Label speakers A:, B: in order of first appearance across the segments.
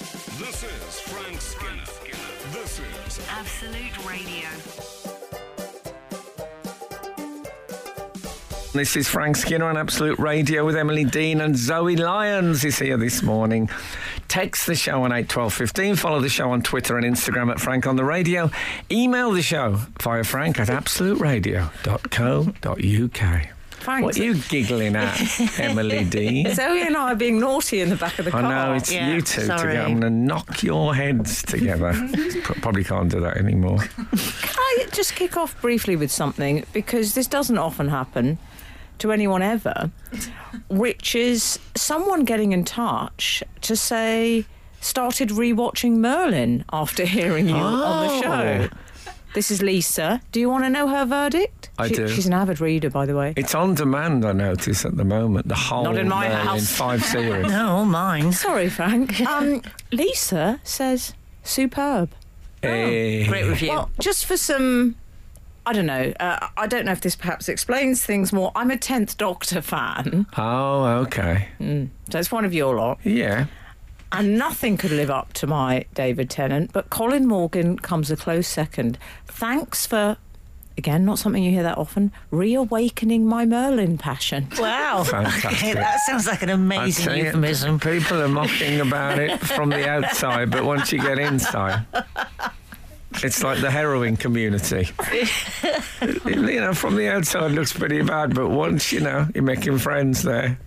A: This is Frank Skinner. This is
B: Absolute Radio.
C: This is Frank Skinner on Absolute Radio with Emily Dean and Zoe Lyons is here this morning. Text the show on 81215. Follow the show on Twitter and Instagram at Frank on the Radio. Email the show via frank at absoluteradio.co.uk.
D: Frank,
C: What are you giggling at, Emily Dean?
D: Zoe and I are being naughty in the back of the
C: I
D: car.
C: know it's
B: Yeah,
C: you two
B: sorry.
C: together. I'm going to knock your heads together. Pro- Probably can't do that anymore.
D: Can I just kick off briefly with something because this doesn't often happen to anyone ever, which is someone getting in touch to say started rewatching Merlin after hearing you on the
C: Oh.
D: show. This is Lisa. Do you want to know her verdict?
C: I do.
D: She's an avid reader, by the way.
C: It's on demand, I notice, at the moment. The whole
D: in my
C: Merlin
D: house.
C: five series.
B: No, mine.
D: Sorry, Frank. Um, Lisa says superb.
C: Eh.
B: Great review.
D: Well, just for some, I don't know. Uh, I don't know if this perhaps explains things more. I'm a Tenth Doctor fan,
C: Oh, okay.
D: so it's one of your lot,
C: Yeah.
D: and nothing could live up to my David Tennant. But Colin Morgan comes a close second. Thanks for. Again, not something you hear that often. Reawakening my Merlin passion.
B: wow. Okay,
C: Fantastic.
B: that sounds like an
C: I
B: amazing
C: tell you,
B: euphemism.
C: people are mocking about it from the outside, but once you get inside, it's like the heroin community. you know, from the outside it looks pretty bad, but once you know you're making friends there,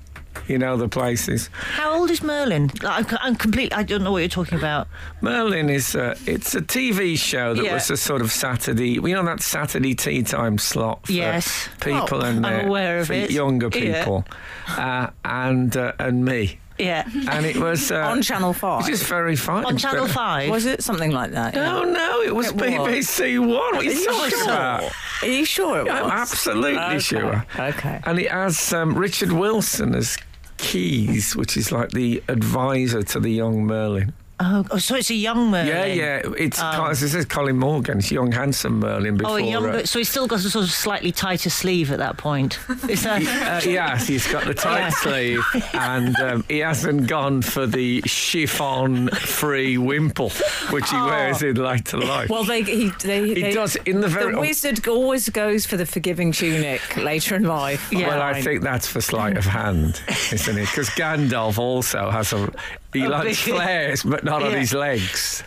C: you know the places.
B: How old is Merlin? Like, I'm, I'm complete. I don't know what you're talking about.
C: Merlin is a, it's a TV show that
B: Yeah.
C: was a sort of Saturday, you know that Saturday tea time slot for
B: Yes.
C: people
B: Oh,
C: and
B: I'm
C: their-
B: aware of
C: for
B: it.
C: younger
B: Yeah.
C: people, uh, and uh, and me.
B: Yeah.
C: and it was uh,
D: On Channel Five.
C: It was just very fun.
B: On Channel
C: but-
B: 5.
D: Was it something like that? yeah?
C: No, no, it was
D: It was.
C: BBC One. What are you
B: It was.
C: talking about?
D: Are you sure it was?
C: I'm absolutely
D: Okay,
C: sure.
D: Okay.
C: And it has um, Richard Wilson as Keys, which is like the advisor to the young Merlin.
B: oh, oh, so it's a young Merlin.
C: Yeah, yeah. It's as it says Colin Morgan. It's young, handsome Merlin before.
B: Oh, a younger.
C: uh,
B: so he's still got a sort of slightly tighter sleeve at that point. Is that?
C: uh, yes, he's got the tight
B: Yeah.
C: sleeve, and um, he hasn't gone for the chiffon-free wimple, which he wears in later life.
D: Well, they he they,
C: He
D: they-
C: does in the very-
D: the wizard always goes for the forgiving tunic later in life.
B: Yeah.
C: Well, I
D: Fine.
C: think that's for sleight of hand, isn't it? Because Gandalf also has a. He likes
B: big-
C: flares, but not on
B: Yeah.
C: his legs.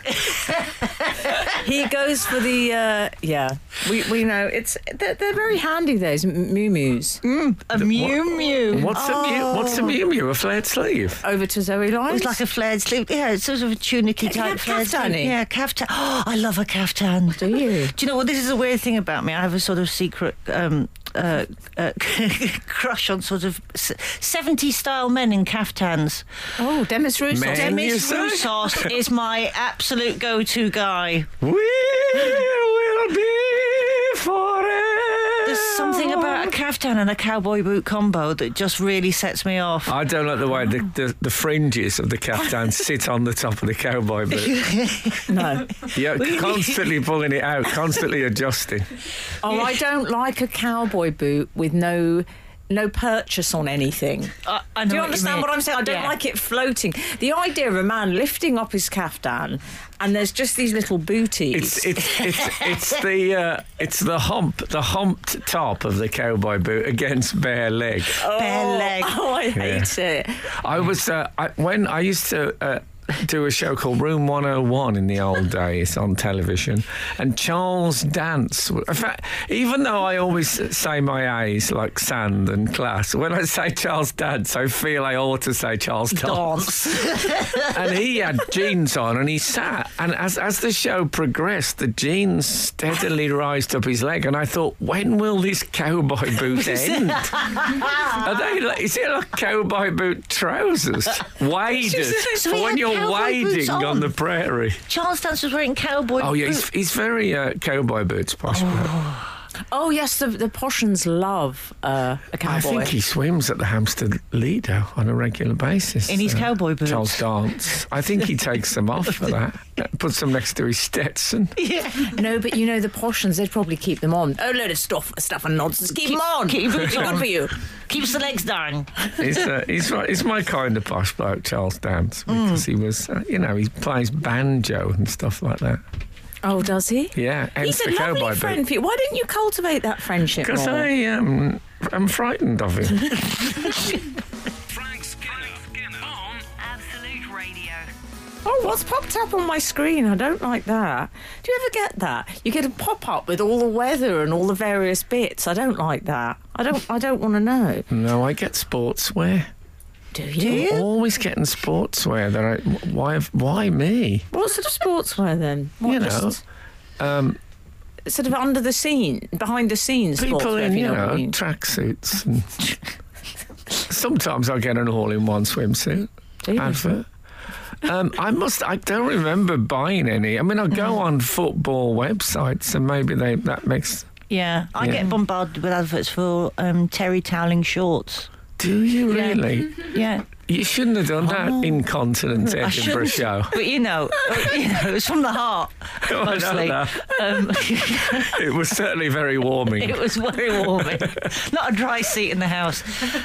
D: he goes for the uh, yeah. We we know it's they're, they're very handy those m- moo moos.
B: a Mew Mew.
C: What's a mew? What's a
B: Oh.
C: mew mew? A flared sleeve?
D: Over to Zoe Lyons.
B: It's like a flared sleeve. Yeah, it's sort of a tunicky
D: you
B: type
D: have
B: flared
D: kaftan
B: sleeve.
D: in?
B: Yeah, caftan. Oh, I love a caftan.
D: Do you?
B: Do you know what? This is a weird thing about me. I have a sort of secret um, uh, uh, crush on sort of 70 style men in caftans.
D: Oh, Demis Roussos.
C: Men.
D: Dem-
C: you
B: Demis
C: say?
B: Roussos is my absolute go to guy.
C: We will be forever.
B: There's something about a caftan and a cowboy boot combo that just really sets me off.
D: Uh,
C: I don't like the way the, the, the fringes of the caftan sit on the top of the cowboy boot.
D: no.
C: You're constantly pulling it out, constantly adjusting.
D: Oh, I don't like a cowboy boot with no. No purchase on anything.
B: I- I know
D: Do you
B: what you
D: understand
B: mean.
D: what, I'm saying? I don't
B: Yeah.
D: like it floating. The idea of a man lifting up his caftan and there's just these little booties.
C: It's it's it's it's the uh, it's the hump the humped top of the cowboy boot against bare leg.
B: Bare leg.
D: Oh, I hate it.
C: I was uh, I, when I used to uh, do a show called Room 101 in the old days on television, and Charles Dance. w- In fact, even though I always say my A's like sand and class, when I say Charles Dance, I feel I ought to say Charles Dance. and he had jeans on, and he sat. And as as the show progressed, the jeans steadily rised up his leg, and I thought, when will this cowboy boot end? Are they like, is it like cowboy boot trousers? Waders.
B: So he
C: For when
B: had
C: you're
B: cowboy boots
C: wading on.
B: on.
C: the prairie.
B: Charles Dance was wearing cowboy
C: Oh, yeah,
B: boots.
C: he's, he's very uh, cowboy boots, possible.
D: Oh yes, the the Poshans love uh, a cowboy.
C: I think he swims at the Hampstead Leader on a regular basis. uh,
B: In his cowboy boots.
C: Charles Dance. I think he takes them off for that. Puts them next to his Stetson.
D: No, but you know the Poshans, they'd probably keep them on. Oh, load of stuff, stuff and nonsense. Keep, them on.
B: keep
D: It's
B: it on.
D: good for you.
B: Keeps the legs down.
C: He's, uh, he's, right- he's my kind of posh bloke, Charles Dance,
D: Hmm.
C: because he was, uh, you know, he plays banjo and stuff like that.
D: Oh, does he?
C: Yeah, hence
D: He's a
C: the cowboy
D: lovely friend
C: boot.
D: for you. Why didn't you cultivate that friendship
C: Because
D: more?
C: I am, I'm frightened of him.
A: Frank Skinner. On
E: Absolute Radio.
D: Oh, what's popped up on my screen? I don't like that. Do you ever get that? You get a pop up with all the weather and all the various bits. I don't like that. I don't. I don't want to know.
C: No, I get sportswear.
D: Do you?
C: I'm always getting sportswear. That I, why? Why me?
D: What sort of sportswear then? What,
C: You know, um,
D: just sort of under the scene, behind the scenes.
C: people
D: sportswear,
C: in
D: if
C: you
D: what I
C: know
D: mean.
C: tracksuits. and- Sometimes I get an all-in-one swimsuit
D: Do you?
C: advert. Um, I must. I don't remember buying any. I mean, I go on football websites, and maybe they that makes.
B: Yeah, I
C: Yeah.
B: get bombarded with adverts for um, Terry toweling shorts.
C: Do you
B: Yeah.
C: really?
B: Yeah,
C: You shouldn't have done that incontinent
B: I
C: Edinburgh
B: shouldn't,
C: show.
B: but you know, uh, you know, it's from the heart
D: Oh,
C: I know
B: mostly.
C: that.
B: Um,
C: It was certainly very warming.
B: it was very warming. Not a dry seat in the house.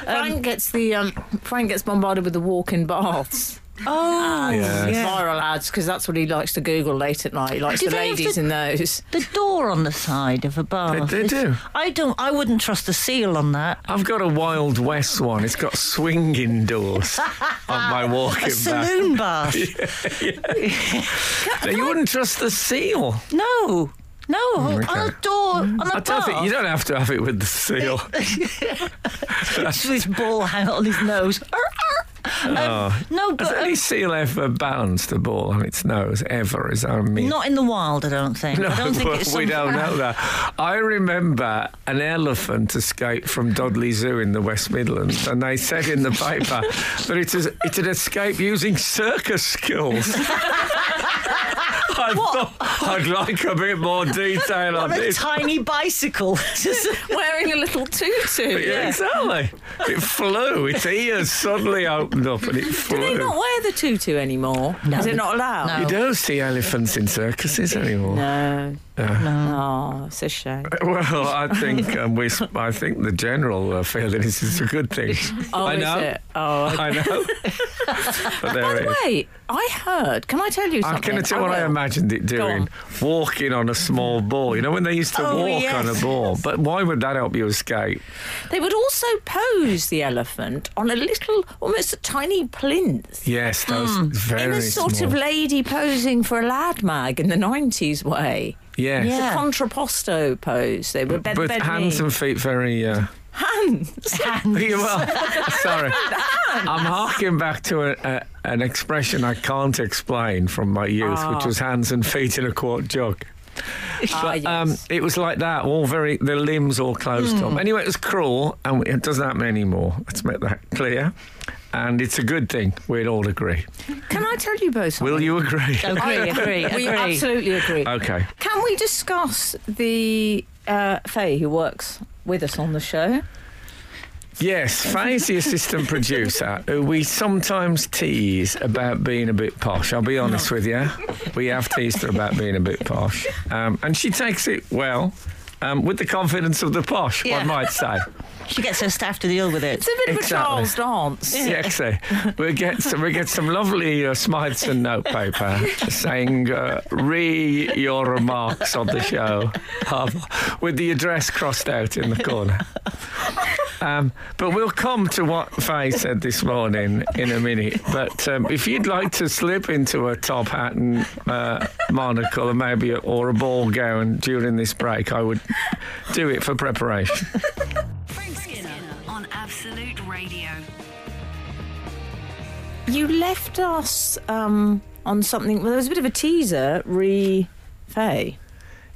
B: Um,
D: Frank gets the um, Frank gets bombarded with the walk-in baths. Ah,
B: Oh,
C: Yeah.
D: Viral ads because that's what he likes to Google late at night. He likes
B: Do
D: the
B: they have
D: ladies
B: to-
D: in those.
B: The door on the side of a bath.
C: They- they do.
B: I don't. I wouldn't trust the seal on that.
C: I've got a Wild West one. It's got swinging doors on my
B: A
C: walking back.
B: saloon bath.
C: Now, You wouldn't trust the seal.
B: No, no.
C: okay.
B: On a door on a
C: I don't
B: bath.
C: think you don't have to have it with the seal.
B: With his ball hang on his nose. Arr, arr. Um, No,
C: Has
B: but
C: any
B: um,
C: seal ever balanced a ball on its nose ever? Is that mean?
B: not in the wild. I don't think. I don't think
C: well,
B: it's.
C: we don't
B: something-
C: know that. I remember an elephant escaped from Dudley Zoo in the West Midlands, and they said in the paper that it, is, it had escaped using circus skills. I thought I'd like a bit more detail on
B: On a
C: this.
B: tiny bicycle. Just-
D: Wearing a little tutu.
C: yeah, exactly. It flew. Its ears suddenly opened up and it flew.
D: Do they not wear the tutu anymore?
B: No.
D: Is it not allowed?
B: No.
C: You don't see elephants in circuses anymore.
D: No. Oh, it's a shame.
C: Well, I think um, we. I think the general uh, feeling is it's a good thing.
D: Oh,
C: I
D: is
C: know.
D: it? Oh, okay.
C: I know. but there it is.
D: Wait, I heard. Can I tell you
C: I
D: something?
C: can tell what I
D: will.
C: imagined it doing.
D: on.
C: Walking on a small ball. You know when they used to
B: Oh,
C: walk on a
B: yes.
C: ball. But why would that help you escape?
D: They would also pose the elephant on a little, almost a tiny plinth.
C: Yes, those very
D: Hmm. In a sort
C: small.
D: of lady posing for a lad mag in the 90s way.
C: yes.
B: Yeah.
D: The contrapposto pose. They were bed,
C: With
D: bed
C: hands
D: knee.
C: and feet very. Uh,
D: hands.
C: You are. Sorry. I'm harking back to a, a, an expression I can't explain from my youth, which was hands and feet in a quart jug.
D: Ah, yes. Hmm.
C: Um, it was like that, all very, the limbs all closed up. Anyway, it was cruel, and it doesn't happen anymore. Let's make that clear. And it's a good thing. We'd all agree.
D: Can I tell you both something?
C: Will you Uh, agree?
B: agree, agree,
D: We
B: agree.
D: absolutely agree.
C: okay.
D: Can we discuss the uh, Faye who works with us on the show?
C: Yes, Faye's the assistant producer, who we sometimes tease about being a bit posh. I'll be honest with you. We have teased her about being a bit posh. Um, and she takes it well, um, with the confidence of the posh,
B: Yeah.
C: one might say.
B: she gets her staff to deal with it.
D: It's a bit
C: Exactly.
D: of a Charles dance.
C: Yeah, exactly. We get some, we get some lovely uh, Smythes and notepaper saying uh, re your remarks on the show um, with the address crossed out in the corner. Um, but we'll come to what Faye said this morning in a minute. But um, if you'd like to slip into a top hat and uh, monocle and maybe or a ball gown during this break, I would do it for preparation.
E: Frank Skinner on Absolute Radio.
D: You left us um, on something. Well, there was a bit of a teaser, re Faye.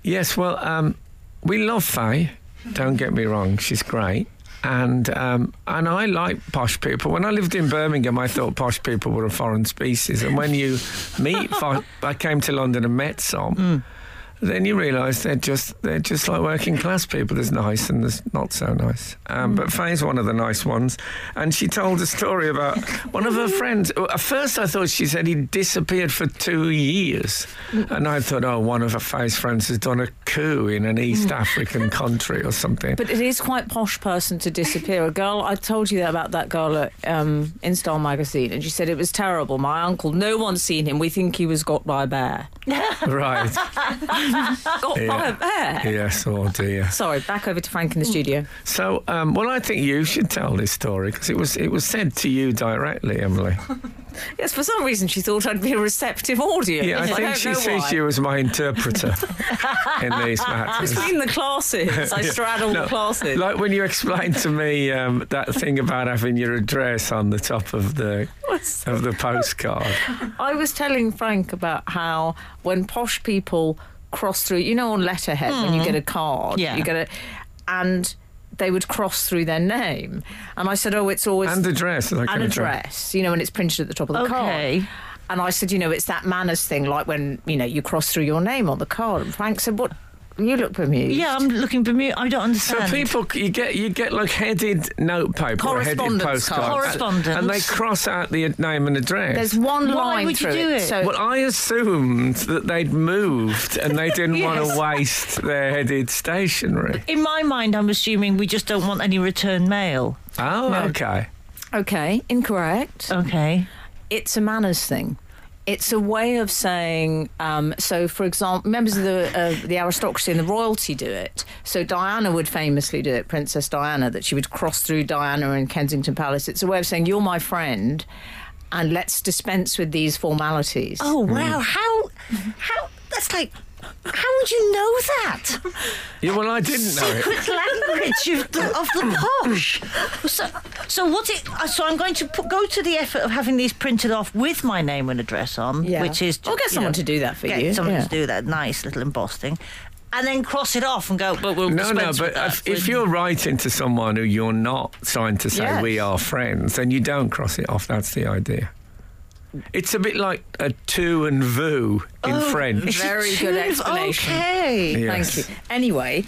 C: Yes, well, um, we love Faye. Don't get me wrong, she's great. And um, and I like posh people. When I lived in Birmingham, I thought posh people were a foreign species. And when you meet, fi- I came to London and met some. Then you realise they're just they're just like working class people. There's nice and there's not so nice. Um, But Faye's one of the nice ones, and she told a story about one of her friends. At first, I thought she said he disappeared for two years, and I thought, oh, one of her Faye's friends has done a coup in an East African country or something.
D: But it is quite posh person to disappear. A girl, I told you that about that girl at um, Install magazine, and she said it was terrible. My uncle, no one's seen him. We think he was got by a bear.
C: right?
D: Got by a bear.
C: yes. Oh dear.
D: Sorry, back over to Frank in the studio.
C: So, um, well, I think you should tell this story because it was it was said to you directly, Emily.
D: Yes, for some reason she thought I'd be a receptive audience.
C: Yeah, I think
D: don't
C: she
D: know
C: sees
D: why.
C: you as my interpreter in these matters.
D: Between the classes, I straddle the classes.
C: Like when you explained to me um, that thing about having your address on the top of the of the postcard.
D: I was telling Frank about how when posh people cross through, you know, on letterhead when you get a card,
B: Hmm. Yeah.
D: you get a, and they would cross through their name, and I said, oh, it's always
C: And address. Like
D: an address, you know, and it's printed at the top of the
B: Okay.
D: card. And I said, you know, it's that manners thing, like when you know you cross through your name on the card. And Frank said, what? You look bemused.
B: Yeah, I'm looking for me. I don't
C: So
B: understand.
C: people, you get you get like headed notepaper or headed
D: Correspondence
C: postcard,
D: cards.
B: Correspondence.
C: and they cross out the name and address.
D: There's one
B: Why
D: line
B: would you
D: through
B: do it?
D: So
C: Well, I assumed that they'd moved and they didn't want
B: Yes.
C: to waste their headed stationery.
B: In my mind, I'm assuming we just don't want any return mail.
C: Oh, okay.
D: okay, incorrect.
B: Okay.
D: it's a manners thing. It's a way of saying. Um, so, for example, members of the uh, the aristocracy and the royalty do it. So Diana would famously do it, Princess Diana, that she would cross through Diana and Kensington Palace. It's a way of saying you're my friend, and let's dispense with these formalities.
B: Oh
C: Mm.
B: wow! How? How? That's like. How would you know that?
C: Yeah, well, I didn't know it.
B: Secret language of the, of the posh. So, so what it? uh, So I'm going to put, go to the effort of having these printed off with my name and address on,
D: Yeah.
B: which is.
D: Or get
B: you
D: someone to do that for
B: get
D: you,
B: Someone
D: yeah.
B: to do that nice little embossed thing, and then cross it off and go. But we'll
C: No, no,
B: dispense
C: but
B: with that.
C: if, if you're writing to someone who you're not signed to say
D: Yes.
C: we are friends, then you don't cross it off. That's the idea. It's a bit like a tu and vu in
B: Oh,
C: French.
D: Very good explanation.
B: Okay.
C: Yes.
D: Thank you. Anyway,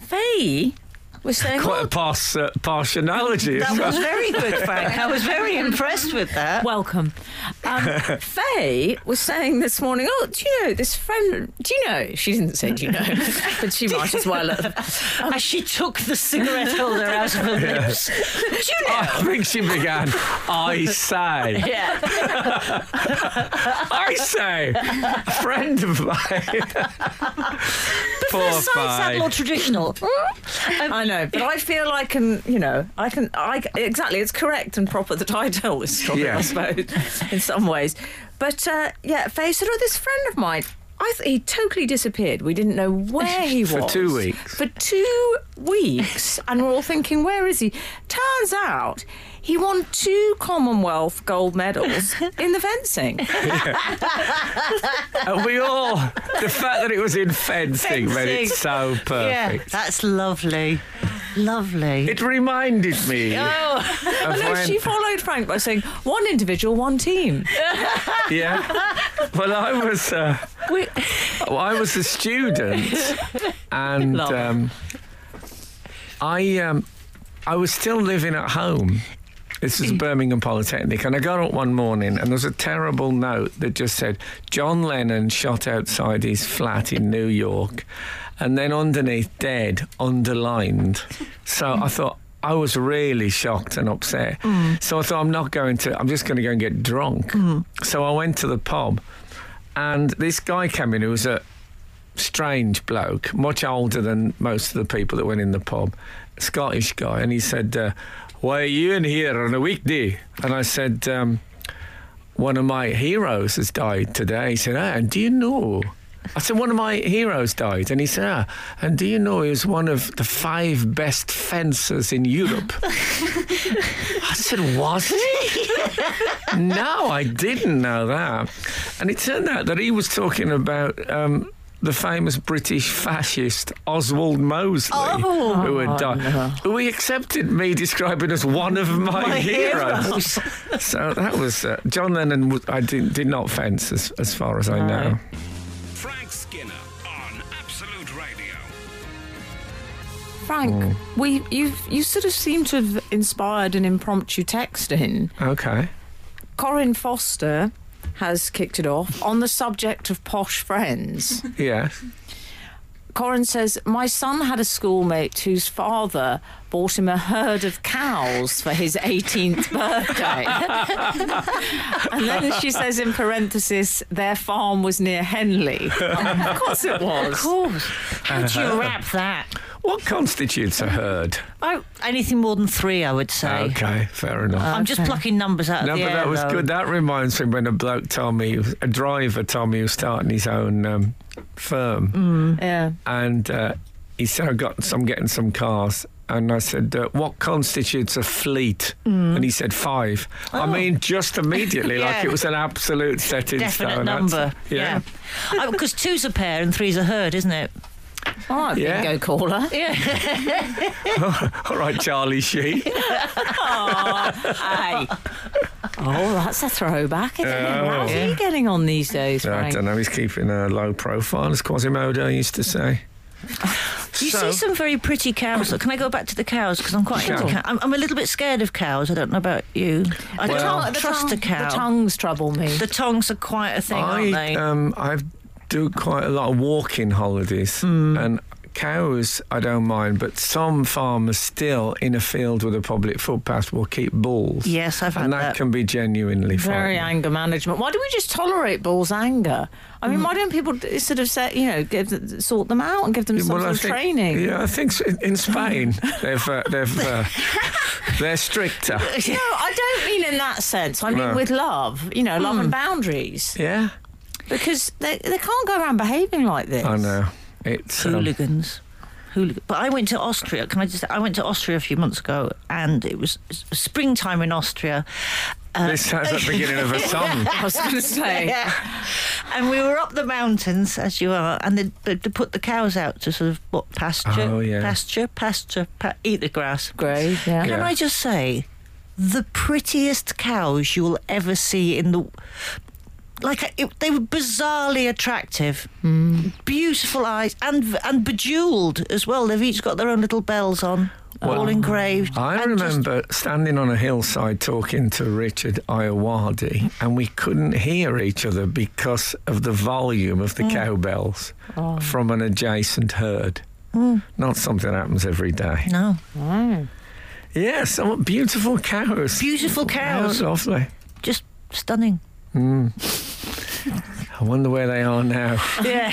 D: Faye was saying.
C: Quite
D: "Oh,
C: a pos- uh, posh analogy.
B: That
C: as well.
B: was very good, Frank. I was very impressed with that.
D: Welcome. Um, Faye was saying this morning, oh, do you know this friend? Do you know? She didn't say, do you know? but she might as well have.
B: As she took the cigarette holder out of her lips. Do you know?
D: Oh,
C: I think she began, I say,
B: Yeah.
C: I say, a friend of mine. Poor
B: Besides that,
C: Faye.
B: more traditional.
D: I know, but I feel I can, you know, I can, I exactly. It's correct and proper that I tell this story, I
C: Yes.
D: suppose, in some ways. But uh, yeah, Faye said, oh, this friend of mine. I th- he totally disappeared. We didn't know where he
C: For
D: was
C: two weeks.
D: For two weeks, and we're all thinking, where is he? Turns out, he won two Commonwealth gold medals in the fencing.
C: And we all, the fact that it was in fencing made it so perfect.
B: Yeah, that's lovely. Lovely.
C: It reminded me
B: oh,
C: of
D: I know
C: when,
D: she followed Frank by saying, one individual, one team.
C: yeah. Well, I was, uh,
D: We-
C: well, I was a student, and
D: Love.
C: um, I, um, I was still living at home. This is Birmingham Polytechnic, and I got up one morning, and there was a terrible note that just said John Lennon shot outside his flat in New York, and then underneath dead underlined. So I thought. I was really shocked and upset. So I thought, I'm not going to, I'm just going to go and get drunk. So I went to the pub, and this guy came in who was a strange bloke, much older than most of the people that went in the pub, Scottish guy, and he said, uh, "Why are you in here on a weekday?" And I said, um, "One of my heroes has died today." He said, "Ah, and do you know?" I said, "One of my heroes died," and he said, "Ah, and do you know he was one of the five best fencers in Europe?" I said, "Was he?" no, I didn't know that. And it turned out that he was talking about um, the famous British fascist Oswald Mosley, who had died, who he accepted me describing as one of my, heroes. so that was uh, John Lennon. Was, I did, did not fence as, as far as I know.
A: Frank Skinner on
D: Frank, we you you sort of seem to have inspired an impromptu text in.
C: Okay.
D: Corin Foster has kicked it off on the subject of posh friends.
C: Yeah.
D: Corin says, My son had a schoolmate whose father bought him a herd of cows for his 18th birthday. and then she says, in parenthesis, their farm was near Henley. of course it
B: Of
D: was.
B: course. How do you wrap that?
C: What constitutes a herd?
B: Oh, anything more than three, I would say.
C: Okay, fair enough.
B: I'm just plucking numbers out of
C: No,
B: the
C: but
B: air.
C: that was
B: though.
C: good. That reminds me when a bloke told me, a driver told me he was starting his own um, firm,
B: Mm.
D: Yeah.
C: and uh, he said, "I got, so I'm getting some cars." And I said, uh, "What constitutes a fleet?" And he said, five. I mean, just immediately, like
B: Mm. Oh. Yeah.
C: it was an absolute set in
B: Definite
C: stone
B: number.
C: answer.
B: Yeah. Because two's a pair and three's a herd, isn't it?
D: All right,
C: Yeah.
D: bingo caller.
B: Yeah.
C: All right, Charlie Sheen.
D: Aye. Oh, that's a throwback, isn't it? How's
B: Yeah.
D: he getting on these days,
C: I
D: Frank?
C: don't know. He's keeping a low profile, as Quasimodo used to say.
B: You
C: So-
B: see some very pretty cows. Though. Can I go back to the cows? Because I'm quite
C: Sure.
B: into cow- I'm, I'm a little bit scared of cows. I don't know about you. I
C: Well-
B: can't trust a cow.
D: The tongues trouble me.
B: The tongs are quite a thing, aren't
C: I
B: they?
C: um, I do quite a lot of walking holidays,
B: Hmm.
C: and cows I don't mind, but some farmers still in a field with a public footpath will keep bulls.
B: yes, I've had
C: and that,
B: that.
C: can be genuinely
D: Very
C: frightening.
D: anger management. Why do we just tolerate bulls' anger? I mean, why don't people d- sort of say, you know, give, th- sort them out and give them some
C: Well, I
D: sort of
C: think-
D: training?
C: Yeah, I think s- in- in Spain they've uh, they've uh, they're stricter.
D: No, I don't mean in that sense. I mean
C: No.
D: with love, you know, love and boundaries,
C: Yeah,
D: because they, they can't go around behaving like this.
C: I know. It's um,
B: hooligans. Hoolig- But I went to Austria. Can I just? I went to Austria a few months ago, and it was s- springtime in Austria. Uh,
C: this sounds like the beginning of a song.
D: I was going to say,
B: yeah. And we were up the mountains, as you are, and they, they, they put the cows out to sort of what pasture,
C: Oh, yeah.
B: pasture, pasture, pa- eat the grass.
D: great,
C: Yeah.
D: yeah.
B: Can I just say, the prettiest cows you will ever see in the. Like uh, it, they were bizarrely attractive,
D: Mm.
B: beautiful eyes, and and bejeweled as well. They've each got their own little bells on,
C: Well,
B: all engraved.
C: I
B: and just-
C: remember standing on a hillside talking to Richard Iowadi, and we couldn't hear each other because of the volume of the
B: Mm.
C: cowbells
B: Oh.
C: from an adjacent herd.
B: Mm.
C: Not something that happens every day.
B: no
C: Yeah, some beautiful cows.
B: beautiful
C: How
B: cows,
C: lovely.
B: just stunning.
C: I wonder where they are now.
B: Yeah,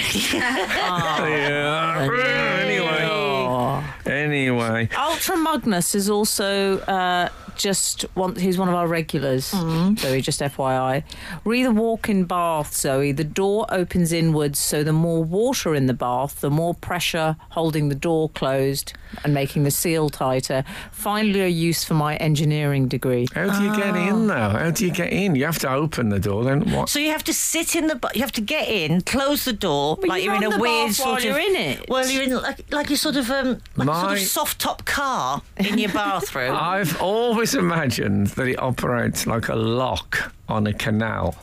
C: Yeah. Anyway,
D: Oh.
C: anyway,
D: Ultra Magnus is also uh, just one. He's one of our regulars, Zoe. Just FYI, re the walk in bath, Zoe. The door opens inwards, so the more water in the bath, the more pressure holding the door closed and making the seal tighter. Finally, a use for my engineering degree.
C: how do you get
B: Oh.
C: in though? How do you get in? You have to open the door, then what?
B: so you have to sit in the, ba- you have to get in, close the door,
D: But
B: like
D: you're
B: are in
D: on
B: a
D: the
B: weird
D: bath
B: sort
D: while
B: of.
D: you're in it.
B: Well, you're in like like a sort of um, like a sort
C: My-
B: of soft top car in your bathroom.
C: I've always imagined that it operates like a lock on a canal.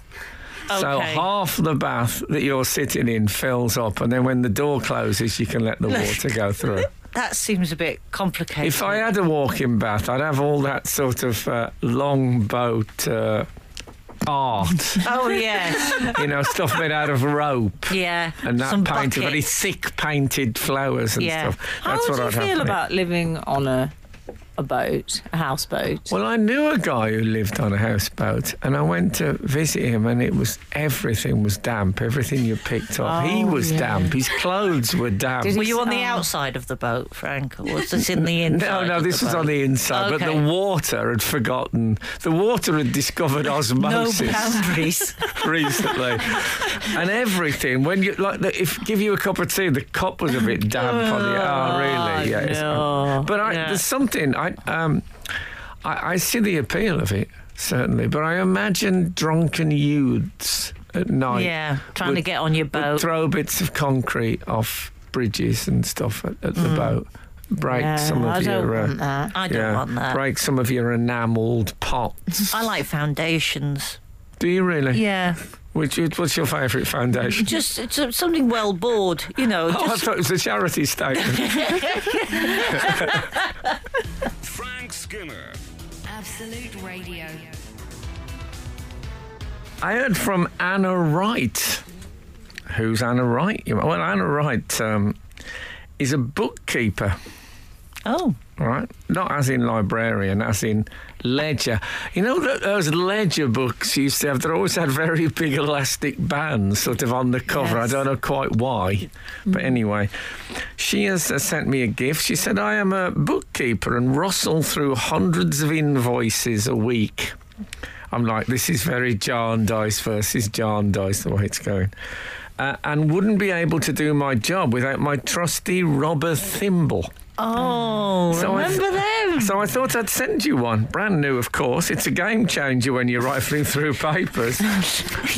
C: So
B: Okay.
C: half the bath that you're sitting in fills up, and then when the door closes, you can let the water go through.
B: That seems a bit complicated.
C: If I had a walk-in bath, I'd have all that sort of uh, longboat uh, art,
B: oh yes,
C: you know, stuff made out of rope
B: yeah,
C: and that
B: some
C: painted, very
B: buckets.
C: thick painted flowers and
B: Yeah.
C: stuff.
D: How
C: That's
D: would
C: what
D: you
C: I'd have
D: feel
C: me.
D: about living on a a boat, a houseboat?
C: Well, I knew a guy who lived on a houseboat, and I went to visit him, and it was everything was damp. Everything you picked up, he
D: Oh,
C: was
D: yeah.
C: damp. His clothes were damp.
D: Did
B: Were you on the
D: Oh.
B: outside of the boat, Frank, or was this in the inside?
C: no, no,
B: of
C: this
B: the
C: was on
B: boat?
C: the inside, but
B: Okay.
C: the water had forgotten. The water had discovered
B: no
C: osmosis
B: boundaries.
C: recently, and everything. When you like, the, if give you a cup of tea, the cup was a bit damp on the. Oh, really? Yeah. it's-
D: no.
C: But I,
B: Yeah.
C: there's something I, um, I I see the appeal of it certainly, but I imagine drunken youths at night
B: yeah, trying to
C: Would-
B: get on your
C: would
B: boat.
C: throw bits of concrete off bridges and stuff at, at the boat, break
D: No,
C: some of
D: I don't
C: your. uh,
D: want that.
B: I Mm. don't
C: yeah,
B: want that.
C: break some of your enamelled pots.
B: I like foundations.
C: Do you really?
B: Yeah,
C: Which, what's your favourite foundation?
B: Just it's, uh, something well bored, you know.
C: Oh, I
B: Just,
C: thought it was a charity statement.
A: Frank Skinner.
E: Absolute Radio.
C: I heard from Anna Wright. Who's Anna Wright? You- Well, Anna Wright um, is a bookkeeper.
B: oh,
C: right? Not as in librarian, as in ledger. You know that those ledger books you used to have. They always had very big elastic bands, sort of on the cover.
B: Yes.
C: I don't know quite why, but anyway, she has uh, sent me a gift. She said, "I am a bookkeeper and rustle through hundreds of invoices a week." I'm like, this is very Jarndyce versus Jarndyce, the way it's going. Uh, and wouldn't be able to do my job without my trusty robber thimble.
B: oh,
C: So I-
B: remember them?
C: So I thought I'd send you one. Brand new, of course. It's a game changer when you're rifling through papers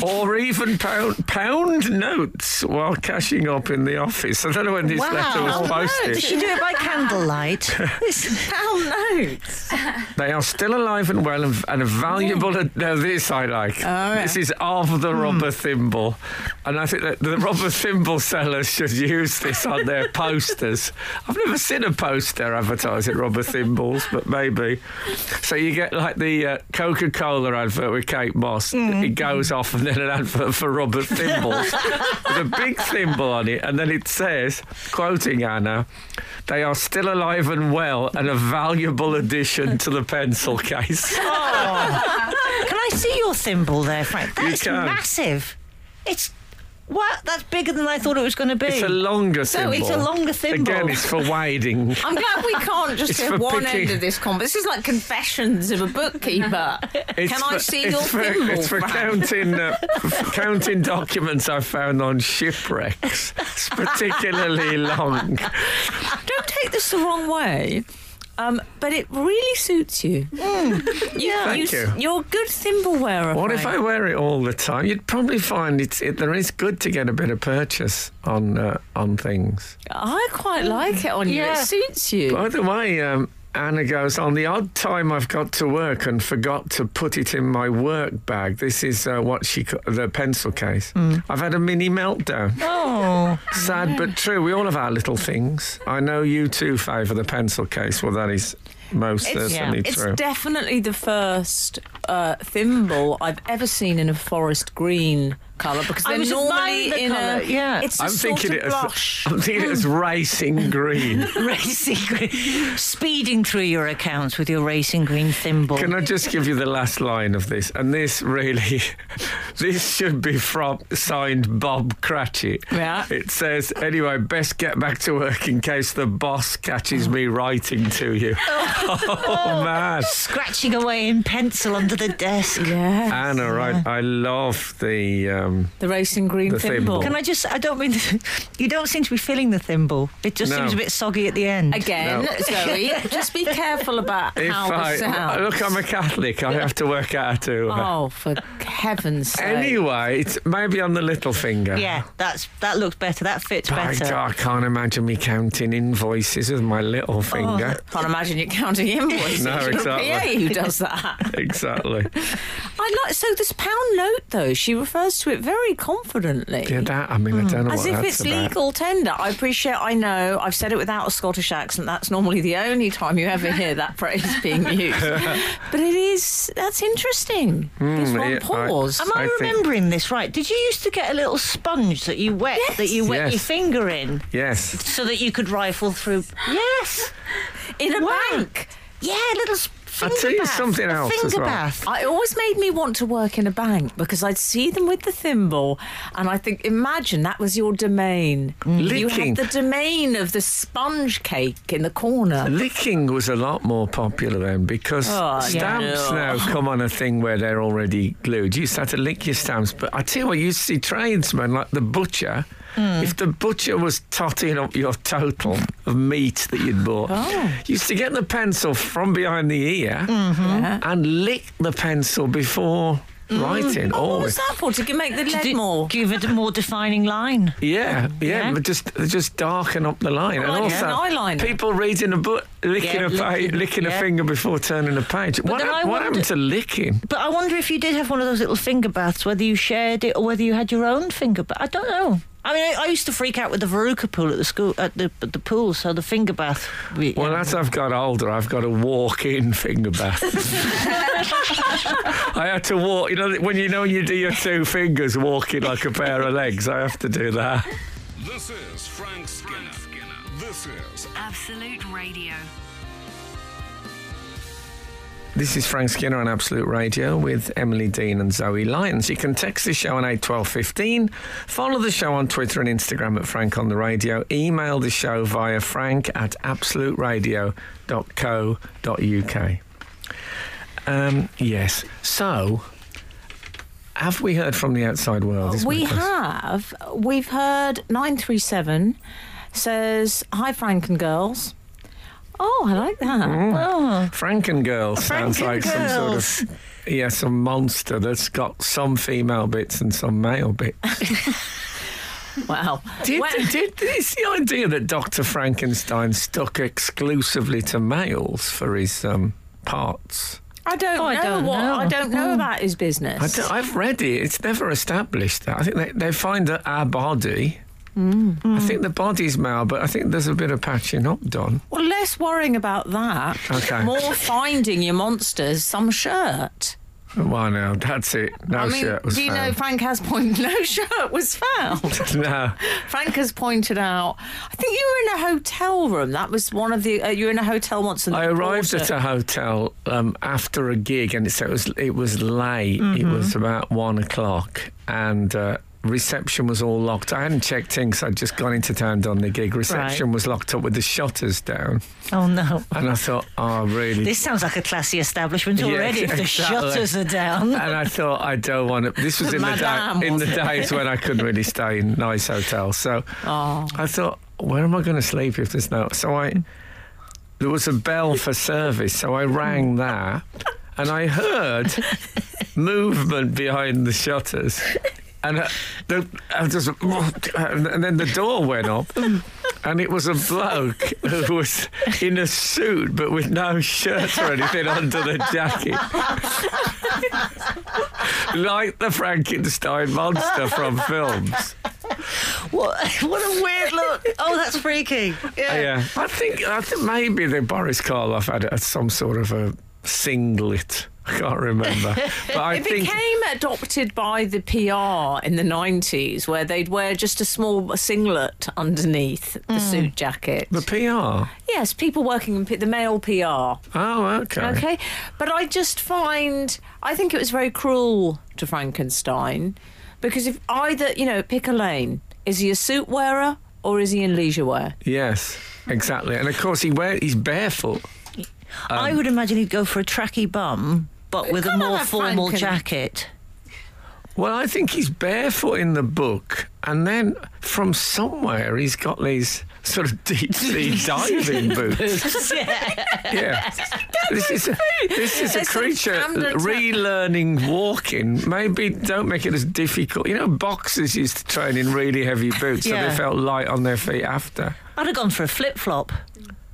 C: or even pound, pound notes while cashing up in the office. I don't know when this letter was
B: Did
C: posted.
B: she do it by candlelight?
D: Pound notes.
C: They are still alive and well and, and valuable. At, now, this I like. This is of the rubber thimble. And I think that the rubber thimble sellers should use this on their posters. I've never seen a poster advertising rubber thimbles, but maybe. So you get like the uh, Coca Cola advert with Kate Moss. It goes off, and then an advert for rubber thimbles with a big thimble on it. And then it says, quoting Anna, they are still alive and well and a valuable addition to the pencil case.
B: Can I see your thimble there, Frank?
C: You
B: That's
C: can.
B: massive. It's what? That's bigger than I thought it was going to be.
C: It's a longer
B: So
C: thimble.
B: it's a longer thimble.
C: Again, it's for wading.
D: I'm glad we can't just
C: It's
D: do
C: for
D: one
C: picking.
D: end of this combo. This is like confessions of a bookkeeper.
C: It's
D: Can I
C: for-
D: see
C: it's
D: your
C: for,
D: thimble?
C: It's for
D: Frank?
C: counting, uh, f- counting documents I found on shipwrecks. It's particularly long.
D: Don't take this the wrong way. Um, but it really suits you.
B: Mm. yeah.
C: Thank you.
D: You're a good thimble wearer.
C: What if I wear it all the time? You'd probably find it's it, there is good to get a bit of purchase on uh, on things.
D: I quite like it on you.
B: Yeah.
D: It suits you.
C: By the way, um, Anna goes on the odd time I've got to work and forgot to put it in my work bag. This is uh, what she ca- the pencil case.
D: Hmm.
C: I've had a mini meltdown.
B: Oh,
C: Sad but true. We all have our little things. I know you too favour the pencil case. Well, that is most
D: It's-
C: certainly
D: It's
C: true.
D: definitely the first uh, thimble I've ever seen in a forest green colour because
B: I
D: they're
B: was admiring
D: normally
B: the
D: in
B: colour,
D: a
B: yeah.
D: It's a
C: I'm
D: sort
C: thinking
D: of
C: it
D: blush.
C: as I'm thinking it as racing green.
B: racing green. Speeding through your accounts with your racing green thimble.
C: Can I just give you the last line of this? And this really, this should be from signed Bob Cratchit.
D: Yeah.
C: It says, anyway, best get back to work in case the boss catches me writing to you. oh man.
B: Scratching away in pencil under the desk.
D: yeah,
C: Anna, right? I love the. Um,
D: the racing green
C: The
D: thimble.
C: thimble.
B: Can I just? I don't mean. You don't seem to be filling the thimble. It just
C: No.
B: seems a bit soggy at the end.
D: Again,
C: No.
D: Zoe, just be careful about
C: if
D: how
C: I
D: this sounds.
C: look, I'm a Catholic. I have to work out how to. uh,
D: Oh, for heaven's sake!
C: Anyway, it's maybe on the little finger.
B: Yeah, that's that looks better. That fits
C: I,
B: better.
C: I can't imagine me counting invoices with my
D: Oh.
C: little finger.
D: Can't imagine you counting invoices.
C: No,
D: You're a
C: exactly.
D: PA who does that?
C: Exactly.
D: I like so this pound note though. She refers to it very confidently.
C: Yeah, that. I mean, I don't know
D: Hmm. As
C: what
D: if
C: that's
D: it's
C: about.
D: legal tender. I appreciate, I know, I've said it without a Scottish accent. That's normally the only time you ever hear that phrase being used. but it is, that's interesting. There's one
C: Hmm, yeah, I-
D: pause.
B: Am I,
C: I think-
B: remembering this right? Did you used to get a little sponge that you wet that you wet
C: Yes.
B: your finger in
C: Yes.
B: so that you could rifle through? Yes.
D: in a
B: Wow.
D: bank.
B: Yeah, a little s- finger
C: I'll tell you
B: bath,
C: something
B: a
C: else as
B: Finger
C: well.
B: bath.
D: I it always made me want to work in a bank because I'd see them with the thimble and I think, imagine that was your domain. You
C: Mm. Licking.
D: had the domain of the sponge cake in the corner.
C: Licking was a lot more popular then because
D: Oh,
C: stamps
D: yeah.
C: now come on a thing where they're already glued. You used to have to lick your stamps, but I tell you what, you used to see tradesmen like the butcher.
D: Hmm.
C: If the butcher was totting up your total of meat that you'd bought,
D: Oh.
C: you used to get the pencil from behind the ear
D: Yeah.
C: and lick the pencil before
D: Mm-hmm.
C: writing
D: What was
C: always.
D: that for? To g- make the
B: To
D: lead
B: d-
D: more.
B: Give it a more defining line.
C: Yeah, yeah,
D: Yeah.
C: But just just darken up the line, and
D: Like
C: also
D: an eyeliner.
C: people reading a book, licking
B: Yeah,
C: a pa-
B: licking,
C: licking a
B: yeah.
C: finger before turning a page. What,
B: then
C: hap-
B: I
C: what happened
B: wonder-
C: to licking?
B: But I wonder if you did have one of those little finger baths, whether you shared it or whether you had your own finger bath. I don't know. I mean, I, I used to freak out with the Veruca pool at the school at the at the pool, so the finger bath. we-
C: Well, as I've got older, I've got a walk-in finger bath. I had to walk. You know when you know you do your two fingers walking like a pair of legs. I have to do that.
A: This is Frank Skinner. This is
E: Absolute Radio.
C: This is Frank Skinner on Absolute Radio with Emily Dean and Zoe Lyons. You can text the show on 81215, follow the show on Twitter and Instagram at Frank on the Radio, email the show via frank at absoluteradio.co.uk. Um, yes. So, have we heard from the outside world? Is my
D: We
C: question.
D: have. We've heard 937 says, Hi, Frank and girls. Oh, I like that.
C: Mm.
B: Oh,
C: Frankengirl sounds like some sort
B: Frankengirls.
C: of yeah, some monster that's got some female bits and some male bits.
D: Wow.
C: Did,
D: Well-
C: did, is the idea that Dr. Frankenstein stuck exclusively to males for his um, parts?
D: I don't
B: Oh,
D: know.
B: I don't
D: what,
B: know.
D: I don't know about his business.
C: I don't, I've read it. It's never established that. I think they, they find that our body.
D: Mm.
C: I think the body's male, but I think there's a bit of patching up done.
D: Well, less worrying about that.
C: Okay.
D: More finding your monsters some shirt.
C: Why now? That's it. No
D: I mean,
C: shirt was
D: do you know
C: found.
D: Frank has pointed no shirt was found.
C: no.
D: Frank has pointed out. I think you were in a hotel room. That was one of the. Uh, you were in a hotel once. And
C: I arrived at a hotel um, after a gig, and it, so it was it was late. It was about one o'clock, and uh, reception was all locked. I hadn't checked in because I'd just gone into town done the gig. Reception was locked up with the shutters down,
B: oh no.
C: and I thought, oh really?
B: This sounds like a classy establishment
C: Yeah,
B: already. if the
C: exactly.
B: shutters are down.
C: and I thought I don't want to. This was in the
D: Madame,
C: day, in the
D: wasn't it?
C: days when I couldn't really stay in nice hotels. So
D: Oh.
C: I thought, where am I going to sleep if there's no? So I there was a bell for service, so I rang that, and I heard movement behind the shutters, and uh, the, I just and then the door went up. And it was a bloke who was in a suit but with no shirt or anything under the jacket. like the Frankenstein monster from films.
B: What, what a weird look. Oh, that's freaky.
C: Yeah. I think I think maybe the Boris Karloff had a, some sort of a singlet. I can't remember, but I
D: it
C: think
D: became adopted by the PR in the 90s, where they'd wear just a small singlet underneath the suit jacket.
C: Hmm. the PR.
D: Yes, people working in P- the male PR.
C: Oh, okay.
D: Okay, but I just find I think it was very cruel to Frankenstein because if either you know pick a lane, is he a suit wearer or is he in leisure wear?
C: Yes, exactly. And of course, he wear he's barefoot. um,
B: I would imagine he'd go for a tracky bum, but with a
D: can't
B: more
D: have a
B: formal
D: Franken-
B: jacket.
C: Well, I think he's barefoot in the book, and then from somewhere he's got these sort of deep sea diving boots.
B: yeah.
C: Yeah, this is a, this is a
D: There's some
C: creature
D: standards.
C: relearning walking. Maybe don't make it as difficult. You know, boxers used to train in really heavy boots, so
B: Yeah.
C: they felt light on their feet after.
B: I'd have gone for a flip flop.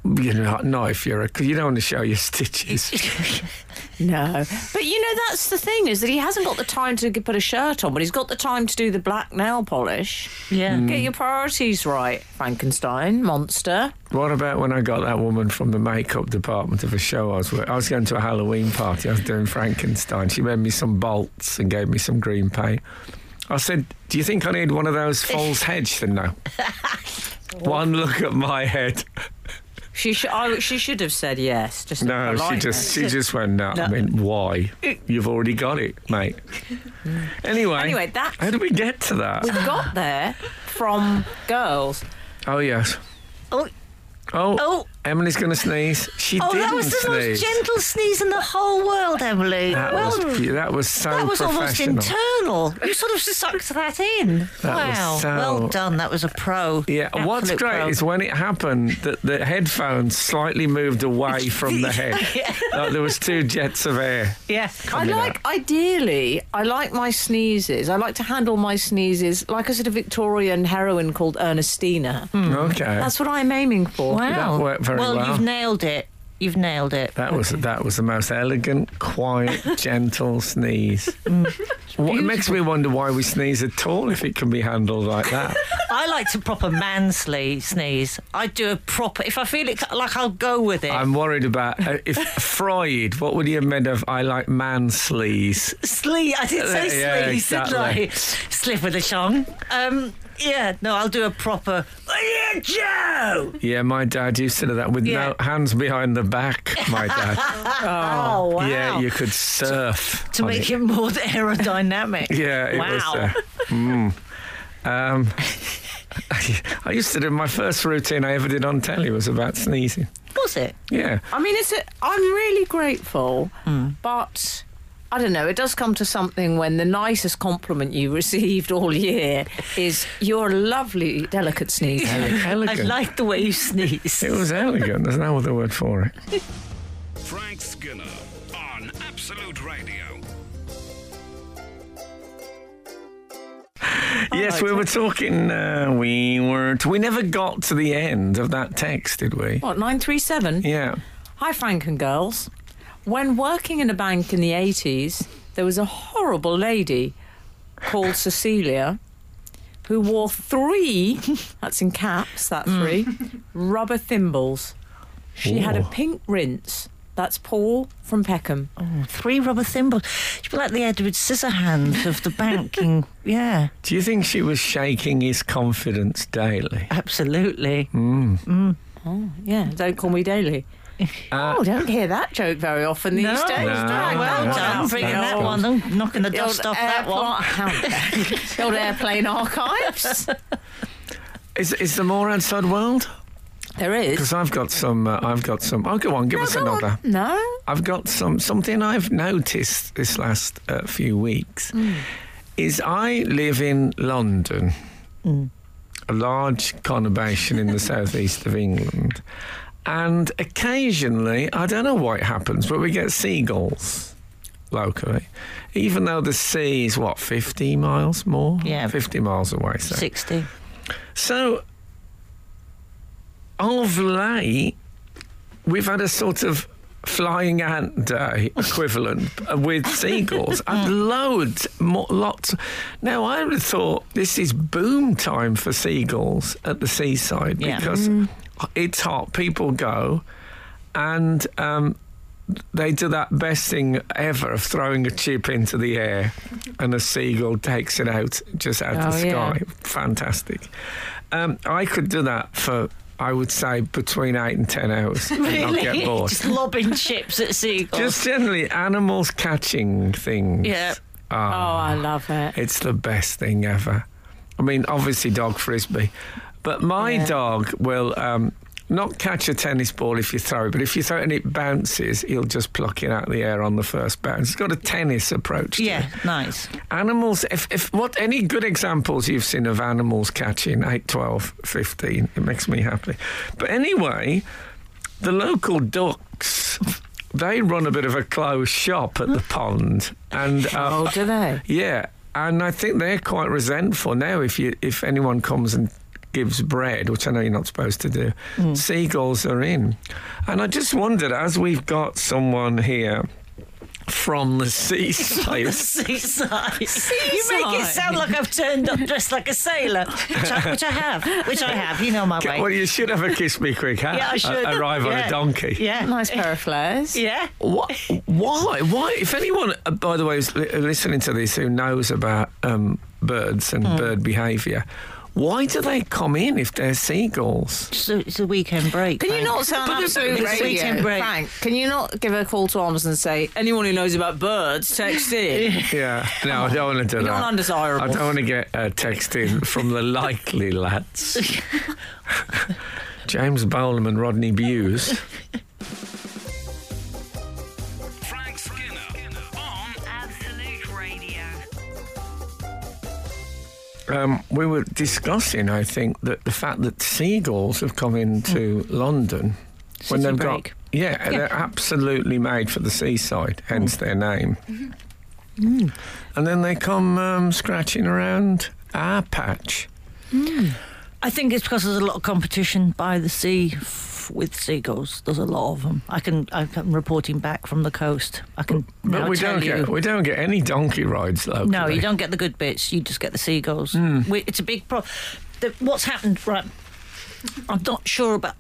C: You know, not if you're a, 'cause you don't want to show your stitches.
D: No, but you know that's the thing is that he hasn't got the time to g- put a shirt on, but he's got the time to do the black nail polish.
B: Yeah.
D: Get your priorities right, Frankenstein monster.
C: What about when I got that woman from the makeup department of a show I was with? I was going to a Halloween party. I was doing Frankenstein. She made me some bolts and gave me some green paint. I said, "Do you think I need one of those false hedge?" She said, "No." one look at my head.
D: She should I, she should have said yes. Just
C: No, she
D: politeness.
C: just she just went. No, I mean, why? You've already got it, mate. Anyway,
D: Anyway, that's-
C: how did we get to that?
D: we got there from girls.
C: Oh yes.
B: Oh,
C: Oh,
B: Oh.
C: Emily's going to sneeze. She
B: Oh,
C: didn't
B: that was the
C: sneeze.
B: most gentle sneeze in the whole world, Emily.
C: that,
B: well,
C: was, pu- that was so
B: that was almost
C: professional.
B: internal. You sort of sucked that in.
C: That was
B: wow.
C: so-
B: Well done. That was a pro.
C: yeah,
B: Absolute
C: what's great
B: pro.
C: is when it happened that the headphones slightly moved away from the head. Like there was two jets of air.
B: Yeah.
D: I
C: mean,
D: like ideally. I like my sneezes. I like to handle my sneezes like a sort of Victorian heroine called Ernestina.
B: Mm.
C: Okay.
D: That's what I'm aiming for.
B: Wow.
C: That worked very
B: well,
C: well.
B: you've nailed it. You've nailed it.
C: That was that was the most elegant, quiet, gentle sneeze.
B: Mm.
C: What it makes me wonder why we sneeze at all if it can be handled like that.
B: I like to proper mansly sneeze. I do a proper. If I feel it, like I'll go with it.
C: I'm worried about uh, if Freud. What would he have meant of? I like man sleaze.
B: Slee, I did say slee,
C: Yeah, exactly.
B: didn't I? Slip with a chong. Um, yeah, no, I'll do a proper. Yeah, Joe!
C: Yeah, my dad used to do that with
B: Yeah.
C: no hands behind the back. My dad.
B: Oh, wow.
C: Yeah, you could surf
B: to
C: on
B: make it more aerodynamic.
C: Yeah, it
B: wow.
C: was. Uh, mm. um, I used to do my first routine I ever did on telly was about sneezing.
B: Was it?
C: Yeah.
D: I mean, it's. A, I'm really grateful, but I don't know. It does come to something when the nicest compliment you received all year is your lovely, delicate sneeze.
B: I
C: Elegant.
B: like the way you sneeze.
C: It was elegant. There's no other word for it.
A: Frank Skinner on Absolute Radio.
C: yes, we were talking. Uh, we were. T- we never got to the end of that text, did we?
D: What nine three seven?
C: Yeah.
D: Hi, Frank and girls. When working in a bank in the 80s, there was a horrible lady called Cecilia who wore three, that's in caps, that
C: Mm.
D: three, rubber thimbles. She had a
C: Ooh.
D: pink rinse. That's Paul from Peckham.
B: Three rubber thimbles. She'd be like the Edward Scissorhands of the banking. Yeah,
C: Do you think she was shaking his confidence daily?
B: absolutely.
C: Mm.
D: Yeah, don't call me daily. oh, don't hear that joke very often these days.
C: Uh, No,
D: Drag that
B: well
D: one
B: done,
D: out.
B: bringing that
C: No.
B: one. I'm knocking the
D: The old
B: dust off that one.
D: airplane- the old airplane archives.
C: Is is there more outside world?
D: There is.
C: Because I've got some. Uh, I've got some. Oh, go on. Give us
D: Go on.
C: another.
D: No.
C: I've got some something I've noticed this last uh, few weeks is I live in London, a large conurbation in the southeast of England, and occasionally I don't know why it happens, but we get seagulls locally, even though the sea is what fifty miles more,
B: Yeah.
C: fifty miles away. So.
B: 60.
C: So, of late, we've had a sort of flying ant day equivalent uh, with seagulls. I've loads, mo lots. Now, I would have thought this is boom time for seagulls at the seaside
B: Yeah.
C: because
D: Mm.
C: it's hot, people go, and. Um, they do that best thing ever of throwing a chip into the air and a seagull takes it out just out of
D: Oh,
C: the
D: yeah.
C: sky. Fantastic. Um, I could do that for, I would say, between eight and ten hours and not get bored.
B: Just lobbing chips at seagulls.
C: Just generally, animals catching things.
B: Yeah.
D: Oh, I love it.
C: It's the best thing ever. I mean, obviously, dog frisbee, but my
D: Yeah.
C: dog will um, not catch a tennis ball if you throw it, but if you throw it and it bounces, he'll just pluck it out of the air on the first bounce. It's got a tennis approach. To
B: yeah,
C: it.
B: nice.
C: Animals, if, if what any good examples you've seen of animals catching 8, 12, 15, it makes me happy. But anyway, the local ducks, they run a bit of a closed shop at the pond. And uh,
D: Oh, do they?
C: yeah, and I think they're quite resentful now. If you if anyone comes and gives bread, which I know you're not supposed to do, seagulls are in. And I just wondered, as we've got someone here from the seaside.
B: Seaside. You make it sound like I've turned up dressed like a sailor, which I, which I have, which I have. You know my way.
C: Well, you should have a kiss me quick hat.
B: yeah, I should
C: uh, arrive on
B: Yeah.
C: a donkey.
B: Yeah,
D: Nice pair of flares.
B: yeah.
C: What? Why? Why? If anyone, uh, by the way, is li- listening to this who knows about um, birds
B: Hmm.
C: and bird behaviour, why do they come in if they're seagulls?
B: It's a, it's a weekend break.
D: Can you
B: babe.
D: not sound
B: But
D: absolutely
B: it's a weekend
D: radio,
B: break.
D: Frank? Can you not give a call to arms and say anyone who knows about birds text in?
C: Yeah, no, I don't want to do
D: You
C: that.
D: don't want undesirables.
C: I uh, don't want to get a text in from the likely lads. James Bolam and Rodney Bewes.
A: Frank Skinner on
E: Absolute Radio.
C: um, we were discussing, I think, that the fact that seagulls have come into London
B: City
C: they've
B: Hmm. break.
C: got yeah, they're absolutely made for the seaside, hence
B: Hmm.
C: their name. And then they come um, scratching around our patch.
B: I think it's because there's a lot of competition by the sea f- with seagulls. There's a lot of them. I can I can reporting back from the coast. I can.
C: But
B: now
C: we
B: tell
C: don't
B: you.
C: get we don't get any donkey rides locally.
B: No, you don't get the good bits. You just get the seagulls. We, it's a big problem. What's happened, right? I'm not sure about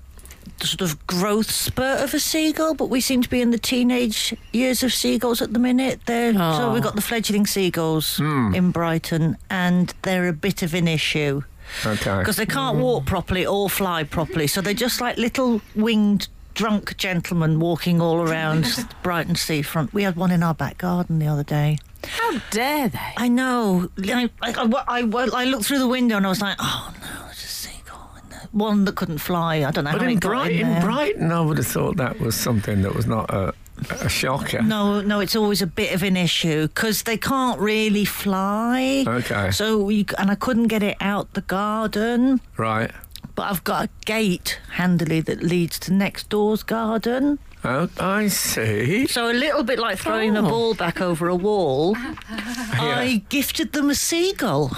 B: the sort of growth spurt of a seagull, but we seem to be in the teenage years of seagulls at the minute. They're, So
D: Oh.
B: we've got the fledgling seagulls in Brighton, and they're a bit of an issue
C: Okay.
B: because they can't walk properly or fly properly. So they're just like little winged drunk gentlemen walking all around Brighton seafront. We had one in our back garden the other day.
D: How dare they?
B: I know. I, I, I, I- I looked through the window and I was like, oh no, it's a seagull. in there." One that couldn't fly. I don't know
C: But
B: how
C: in,
B: it got
C: Bright,
B: in
C: in
B: there.
C: Brighton, I would have thought that was something that was not a, a shocker.
B: No, no, it's always a bit of an issue because they can't really fly.
C: Okay.
B: So you, and I couldn't get it out the garden,
C: Right.
B: but I've got a gate handily that leads to next door's garden.
C: Oh, I see.
B: So a little bit like throwing a
D: Oh.
B: ball back over a wall.
C: Yeah.
B: I gifted them a seagull.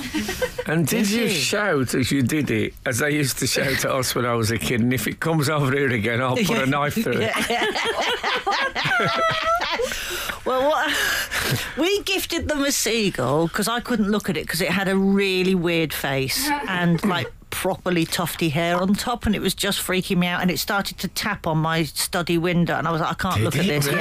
C: And did
B: Did
C: you
B: you?
C: shout as you did it, as I used to shout at us when I was a kid? And if it comes over here again, I'll put a knife through it.
B: Well, what, we gifted them a seagull because I couldn't look at it because it had a really weird face and like properly tufty hair on top, and it was just freaking me out. And it started to tap on my study window, and I was like, I can't
C: Did
B: look at
C: it
B: this.
C: really?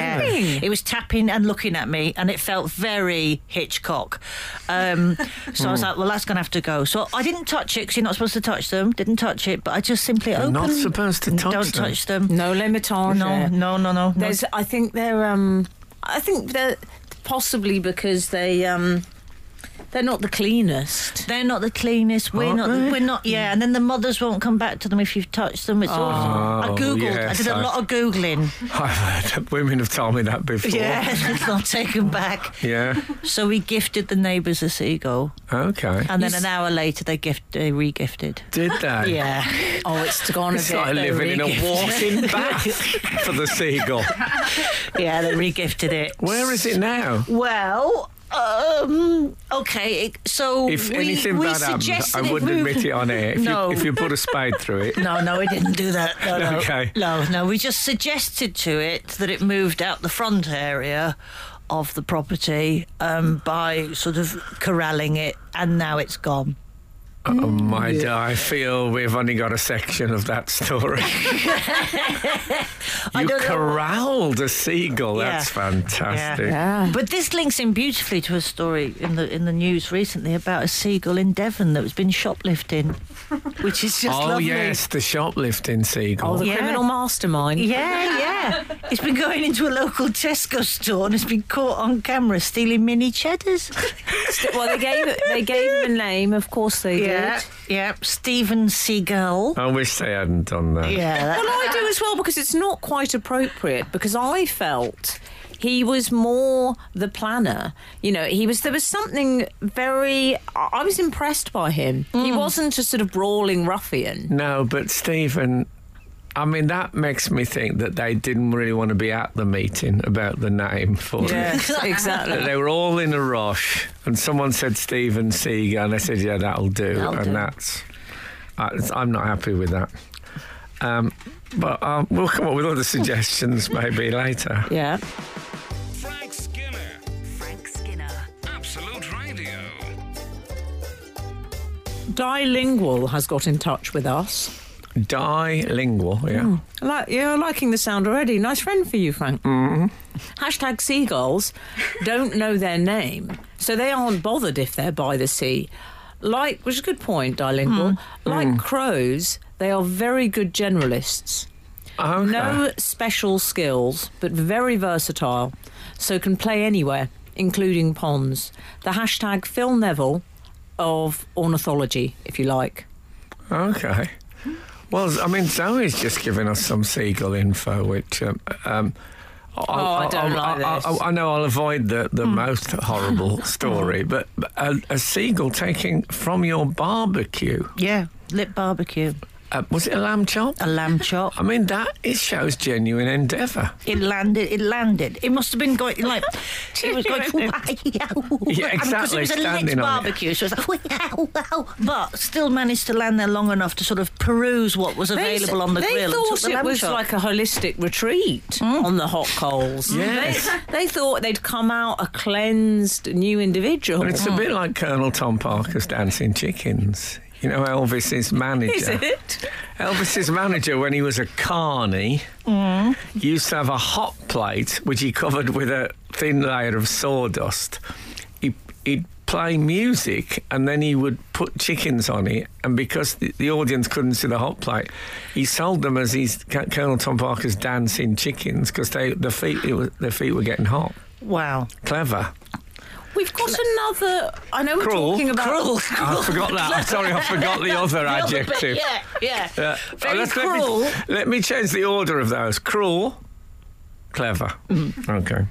B: Yeah, it was tapping and looking at me, and it felt very Hitchcock. Um, so
C: Hmm.
B: I was like, well, that's going to have to go. So I didn't touch it because you're not supposed to touch them. Didn't touch it, but I just simply
C: You're
B: opened.
C: not supposed to touch
B: Don't
C: them.
B: touch them. Oh,
D: No limitage.
B: No, no, no, no. no.
D: There's, I think they're, um, I think they're possibly because they, um, they're not the cleanest.
B: They're not the cleanest. We're
C: Aren't
B: not.
C: they?
B: We're not. Yeah, and then the mothers won't come back to them if you've touched them. It's awful.
C: Oh,
B: I googled.
C: yes,
B: I did a
C: I-
B: lot of googling.
C: I've heard women have told me that before.
B: Yeah, it's not taken back.
C: Yeah.
B: So we gifted the neighbours a seagull,
C: Okay.
B: and then
D: Yes.
B: an hour later they gift they regifted.
C: Did they?
B: Yeah,
D: Oh, it's gone a
C: It's
D: bit.
C: like
D: they're
C: living in a
D: really-
C: walking bath for the seagull.
B: yeah, they regifted it.
C: Where is it now?
B: Well. Um. Okay. it- So
C: If
B: we,
C: anything
B: we
C: bad happens,
B: suggested
C: I
B: it
C: wouldn't
B: move-
C: admit it on air. If,
B: No.
C: you, if you put a spade through it.
B: No, no, we didn't do that. No, no.
C: Okay.
B: No, no, we just suggested to it that it moved out the front area of the property um, by sort of corralling it, and now it's gone.
C: Oh my God, I feel we've only got a section of that story. you
B: don't know.
C: corralled a seagull.
B: Yeah.
C: That's fantastic.
D: Yeah.
B: But this links in beautifully to a story in the in the news recently about a seagull in Devon that's been shoplifting, which is just
C: oh
B: lovely.
C: yes, the shoplifting
D: Oh,
C: seagull.
D: the
B: Yeah.
D: criminal mastermind.
B: Yeah, yeah. It's been going into a local Tesco store and it's been caught on camera stealing mini cheddars.
D: Well, they gave they gave him a name. Of course they did.
B: yeah. Stephen Seagull.
C: I wish they hadn't done that.
B: Yeah, that-
D: Well, I do as well because it's not quite appropriate because I felt he was more the planner. You know, he was there was something very. I I was impressed by him. He wasn't a sort of brawling ruffian.
C: No, but Stephen, I mean that makes me think that they didn't really want to be at the meeting about the name for it.
D: exactly.
C: They were all in a rush, and someone said Stephen Seagull, and I said, "Yeah, that'll do."
B: That'll
C: and
B: do.
C: that's, I, I'm not happy with that. Um, but um, we'll come up with other suggestions maybe later.
D: Yeah.
A: Frank Skinner.
E: Frank Skinner.
A: Absolute Radio.
D: Dilingual has got in touch with us.
C: Dilingual, yeah.
B: Hmm.
D: Like you're liking the sound already. Nice friend for you, Frank. Mm-hmm. Hashtag seagulls don't know their name, so they aren't bothered if they're by the sea. Like, which is a good point, bilingual. Like crows, they are very good generalists.
C: Okay.
D: No special skills, but very versatile, so can play anywhere, including ponds. The hashtag Phil Neville of ornithology, if you like.
C: Okay. Well, I mean, Zoe's just given us some seagull info, which. Um, um, I'll,
D: Oh, I don't
C: I'll-
D: like
C: I'll-
D: this. Hmm.
C: I'll- I know I'll avoid the, the most horrible story, but but a, a seagull taking from your barbecue.
B: Yeah, lit barbecue,
C: Uh, was it a lamb chop?
B: a lamb chop.
C: I mean, that it shows genuine endeavour.
B: It landed. It landed. It must have been going like it was going. yeah, Because
C: exactly,
B: it was a lit
C: standing on it.
B: barbecue, so it was like wow, wow. But still managed to land there long enough to sort of peruse what was available on the
D: they
B: grill. and
D: thought
B: took the
D: it
B: lamb
D: was
B: chop.
D: like a holistic retreat on the hot coals.
C: Mm. Yes.
D: They, they thought they'd come out a cleansed new individual.
C: But it's a bit like Colonel Tom Parker's Dancing Chickens. You know, Elvis's manager.
D: Is it?
C: Elvis's manager, when he was a carny, used to have a hot plate which he covered with a thin layer of sawdust. He, he'd play music and then he would put chickens on it. And because the, the audience couldn't see the hot plate, he sold them as his C- Colonel Tom Parker's dancing chickens because they the feet it was, their feet were getting hot.
B: wow.
C: Clever,
D: We've got another. I know we're
C: cruel,
D: talking about
C: cruel. I forgot that. I'm sorry, I forgot the other adjective.
B: Yeah, yeah.
C: Uh,
B: Very
C: let's-
B: cruel.
C: Let me, let me change the order of those. Cruel, clever.
D: Mm-hmm.
C: Okay.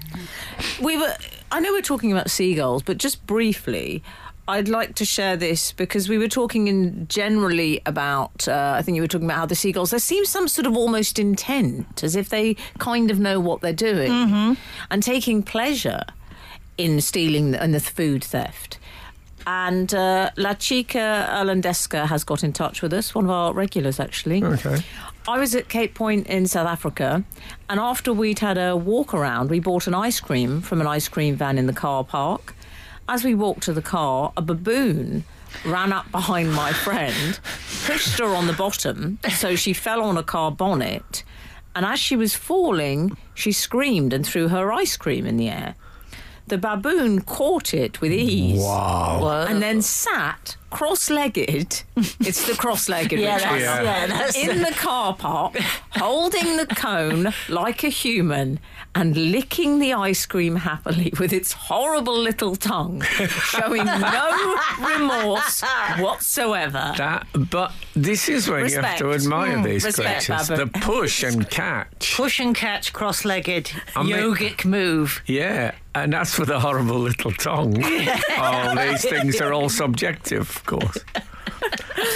D: we were i know we're talking about seagulls but just briefly i'd like to share this because we were talking in generally about uh, i think you were talking about how the seagulls there seems some sort of almost intent as if they kind of know what they're doing and taking pleasure in stealing and the food theft and uh, La Chica Irlandesca has got in touch with us, one of our regulars actually.
C: Okay.
D: I was at Cape Point in South Africa, and after we'd had a walk around, we bought an ice cream from an ice cream van in the car park. As we walked to the car, a baboon ran up behind my friend, pushed her on the bottom, so she fell on a car bonnet. And as she was falling, she screamed and threw her ice cream in the air. The baboon caught it with ease.
C: Wow.
D: And then sat cross legged. It's the cross legged
B: Yeah, that's,
C: Yeah.
B: yeah. that's
D: in the car park, holding the cone like a human and licking the ice cream happily with its horrible little tongue, showing no remorse whatsoever.
C: That, but this is when you have to
D: Respect.
C: admire
D: Mm,
C: these
D: respect,
C: creatures. The
D: Babbitt.
C: push and catch.
B: push and catch, cross-legged,
C: I mean-
B: yogic move.
C: Yeah, and as for the horrible little tongue, oh, these things are all subjective, of course.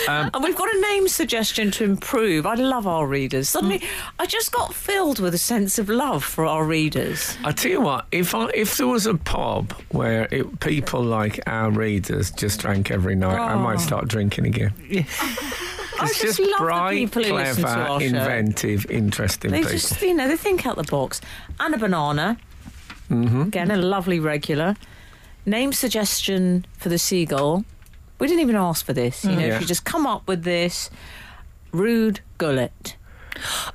D: And we've got a name suggestion to improve. I love our readers. Suddenly, I just got filled with a sense of love for our readers.
C: I tell you what, if I, if there was a pub where it, people like our readers just drank every night, I might start drinking again.
D: Oh. I
C: It's
D: just,
C: just,
D: love the
C: bright,
D: people who
C: clever,
D: listen to our show.
C: inventive, interesting
D: They
C: people.
D: just, you know, they think out the box. And a banana.
C: Mm-hmm.
D: Again, a lovely regular. Name suggestion for the seagull. We didn't even ask for this. You know,
C: Mm. Yeah.
D: if you just come up with this, rude gullet.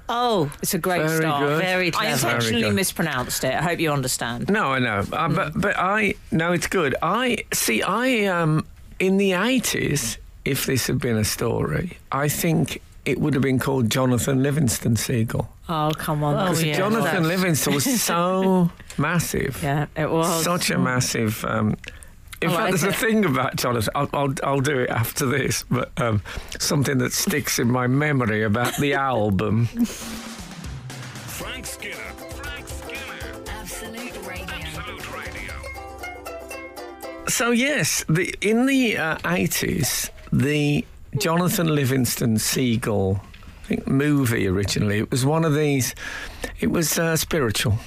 B: Oh,
D: It's a great
C: Very
D: start.
C: good.
B: Very
D: I
B: clever.
D: intentionally
C: Very good.
D: mispronounced it. I hope you understand.
C: No, I know, uh,
D: Mm.
C: but but I no, it's good. I see. I um in the eighties, if this had been a story, I think it would have been called Jonathan Livingston Seagull.
D: Oh, come on.
B: Oh,
D: that's-
B: yeah,
C: Jonathan
B: that's-
C: Livingston was so massive,
D: Yeah, it was.
C: such a massive. Um, in
D: I
C: fact,
D: like
C: there's
D: it.
C: a thing about Jonathan. I'll, I'll, I'll do it after this, but um, something that sticks in my memory about the album.
A: Frank Skinner. Frank Skinner.
E: Absolute Radio.
A: Absolute Radio.
C: So yes, the in the uh, eighties, the Jonathan Livingston Seagull I think movie originally. It was one of these. It was uh, spiritual.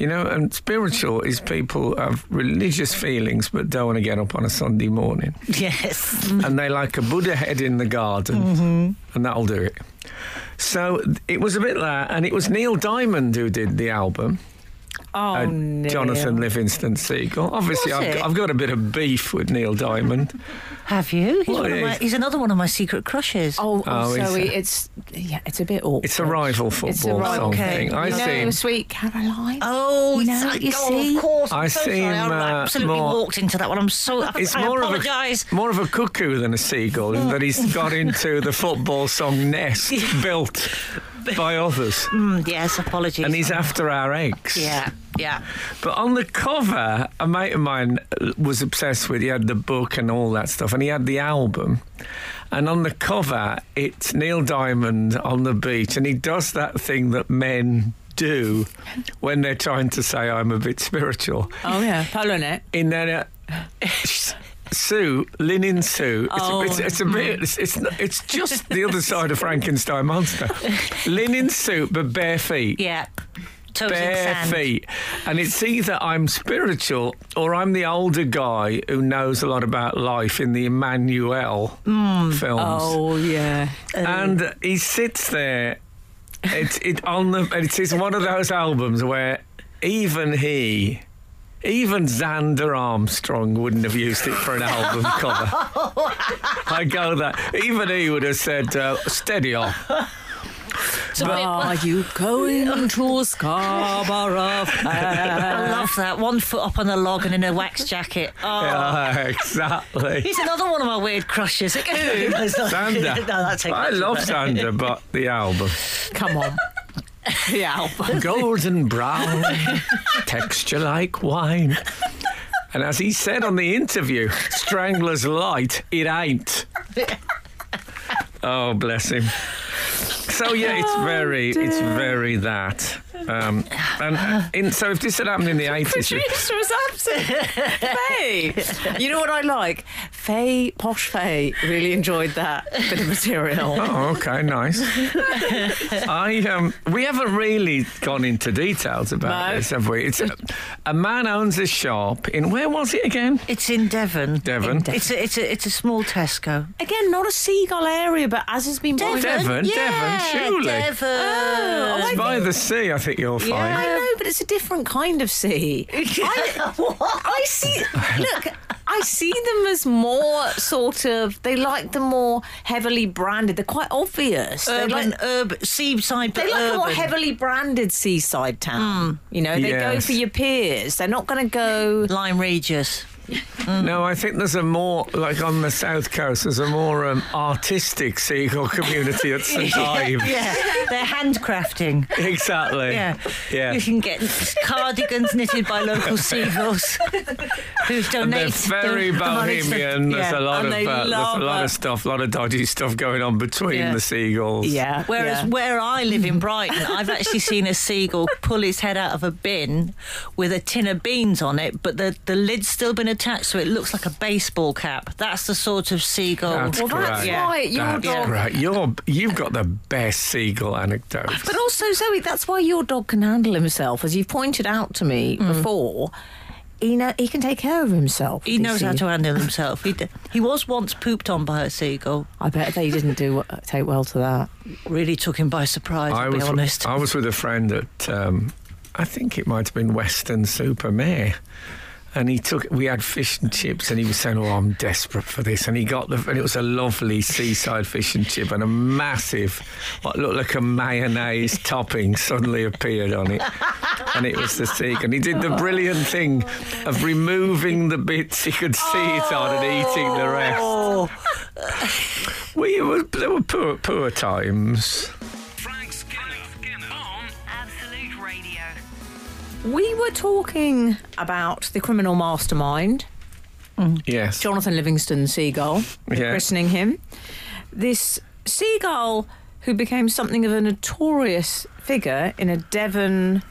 C: You know, and spiritual is people have religious feelings but don't want to get up on a Sunday morning.
B: yes.
C: and they like a Buddha head in the garden,
B: Mm-hmm.
C: and that'll do it. So it was a bit there, and it was Neil Diamond who did the album
D: Oh,
C: uh,
D: Neil.
C: Jonathan Livingston Seagull. Obviously,
B: Was
C: I've,
B: it?
C: got- I've got a bit of beef with Neil Diamond.
B: Have you? He's,
C: Well,
B: one of
C: yeah,
B: my,
C: he's-
B: he's another one of my secret crushes.
D: Oh,
C: Oh, is
D: Zoe,
C: it?
D: it's yeah, it's a bit awkward.
C: It's a rival football
D: It's a rival-
C: song
B: okay.
C: thing. I
D: you
C: see.
D: know, sweet Caroline.
B: Oh,
D: You
B: it's
D: know,
B: like-
D: you
B: oh,
D: see?
B: of course. I'm
C: I
B: so
C: see
B: sorry.
C: him,
B: I
C: uh,
B: absolutely
C: more-
B: walked into that one. I'm so. I,
C: It's
B: I
C: more of,
B: apologise.
C: a, more of a cuckoo than a seagull in that he's got into the football song nest built by others.
B: Mm, yes, apologies.
C: And he's after our eggs.
B: Yeah, yeah.
C: But on the cover, a uh, mate of mine was obsessed with. He had the book and all that stuff, and he had the album. And on the cover, it's Neil Diamond on the beach, and he does that thing that men do when they're trying to say, I'm a bit spiritual.
D: Oh yeah, Polonet.
C: In their uh, suit, linen suit. It's,
D: Oh.
C: a, it's, it's a bit, it's, it's, not- it's just the other side of Frankenstein monster. linen suit, but bare feet
B: Yeah. Toes in
C: bare
B: sand.
C: feet. And it's either I'm spiritual or I'm the older guy who knows a lot about life in the Emmanuel films.
D: Oh yeah.
C: And he sits there. It's it on the. It is one of those albums where even he. Even Xander Armstrong wouldn't have used it for an album cover. I go that. Even he would have said, uh, "Steady on."
D: Are you going to Scarborough Fair?
B: I love that. One foot up on a log and in a wax jacket. Oh.
C: Yeah, exactly.
B: He's another one of my weird crushes. Who?
C: Sander.
B: no, that's
C: I love Sander, but the album.
D: Come on. The album.
C: Golden brown, texture like wine. And as he said on the interview, Strangler's Light, it ain't. Oh, bless him. So yeah, it's
B: Oh,
C: very, it's very that. Um, and uh, in, so if this had happened in the eighties,
D: Producer is absent. Faye. You know what I like? Faye, posh Faye, really enjoyed that bit of material.
C: Oh, okay, nice. I um, we haven't really gone into details about
D: No.
C: this, have we? It's a, a man owns a shop in where was it again?
B: It's in Devon.
C: Devon.
B: It's a, it's a, it's a small Tesco.
D: Again, not a seagull area, but as has been pointed-
C: Devon,
B: Yeah,
C: Devon, surely.
B: Devon.
D: Oh, I
C: It's by the sea, I think you'll
D: I
C: find.
D: know, but it's a different kind of sea. I, I see. Look, I see them as more sort of. They like the more heavily branded. They're quite obvious. They
B: urban,
D: like.
B: urban, seaside, but
D: They like a
B: urban. Hmm.
D: more heavily branded seaside town. You know, they go
C: Yes.
D: for your peers. They're not going to go.
B: Lime Regis.
C: Mm. No, I think there's a more like on the south coast. There's a more um, artistic seagull community at St Ives.
B: Yeah, they're handcrafting.
C: Exactly.
B: Yeah.
C: Yeah.
B: You can get cardigans knitted by local seagulls who donate.
C: And they're very
B: the- the money to-
C: bohemian. There's
B: yeah.
C: a lot
D: and
C: of
D: they
C: uh, there's
D: love
C: a lot
D: it.
C: of stuff, a lot of dodgy stuff going on between
B: Yeah.
C: the seagulls.
D: Yeah.
B: Whereas
D: yeah.
B: where I live in Brighton, I've actually seen a seagull pull his head out of a bin with a tin of beans on it, but the, the lid's still been attached, so it looks like a baseball cap. That's the sort of seagull.
C: That's
D: Well, that's
C: great.
D: why your
C: That's
D: dog-
C: great. You're, you've got the best seagull anecdotes.
D: But also, Zoe, that's why your dog can handle himself, as you've pointed out to me
B: Hmm.
D: before. He know he can take care of himself.
B: He
D: you
B: knows how
D: see.
B: to handle himself. He, d- he was once pooped on by a seagull.
D: I bet they didn't do take well to that.
B: Really took him by surprise,
C: I
B: I'll be
C: was,
B: honest.
C: I was with a friend at, um, I think it might have been Western Super Mare. And he took. We had fish and chips, and he was saying, "Oh, I'm desperate for this." And he got the, and it was a lovely seaside fish and chip, and a massive, what looked like a mayonnaise topping suddenly appeared on it, and it was the seagull. And he did the brilliant thing of removing the bits he could see it on and eating the rest.
B: Oh,
C: We were there were poor, poor times.
A: Frank Skinner, on
E: Absolute Radio.
D: We were talking about the criminal mastermind,
C: Yes.
D: Jonathan Livingston Seagull,
C: Yeah.
D: christening him. This seagull who became something of a notorious figure in a Devon.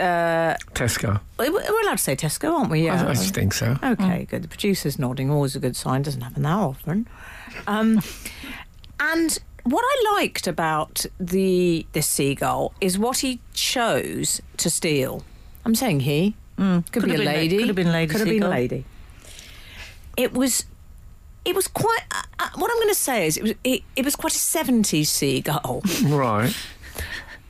C: Tesco.
D: We're allowed to say Tesco, aren't we?
C: I, I just think so.
D: Okay,
B: Mm.
D: good. The producer's nodding. Always a good sign. Doesn't happen that often. Um, and what I liked about the the seagull is what he chose to steal. I'm saying he could,
B: Could
D: be a
B: have Mm. been la-
D: lady.
B: could have been lady
D: Could have been a
B: seagull.
D: lady. It was. It was quite. Uh, uh, what I'm going to say is, it was. It, it was quite a '70s seagull
C: Right.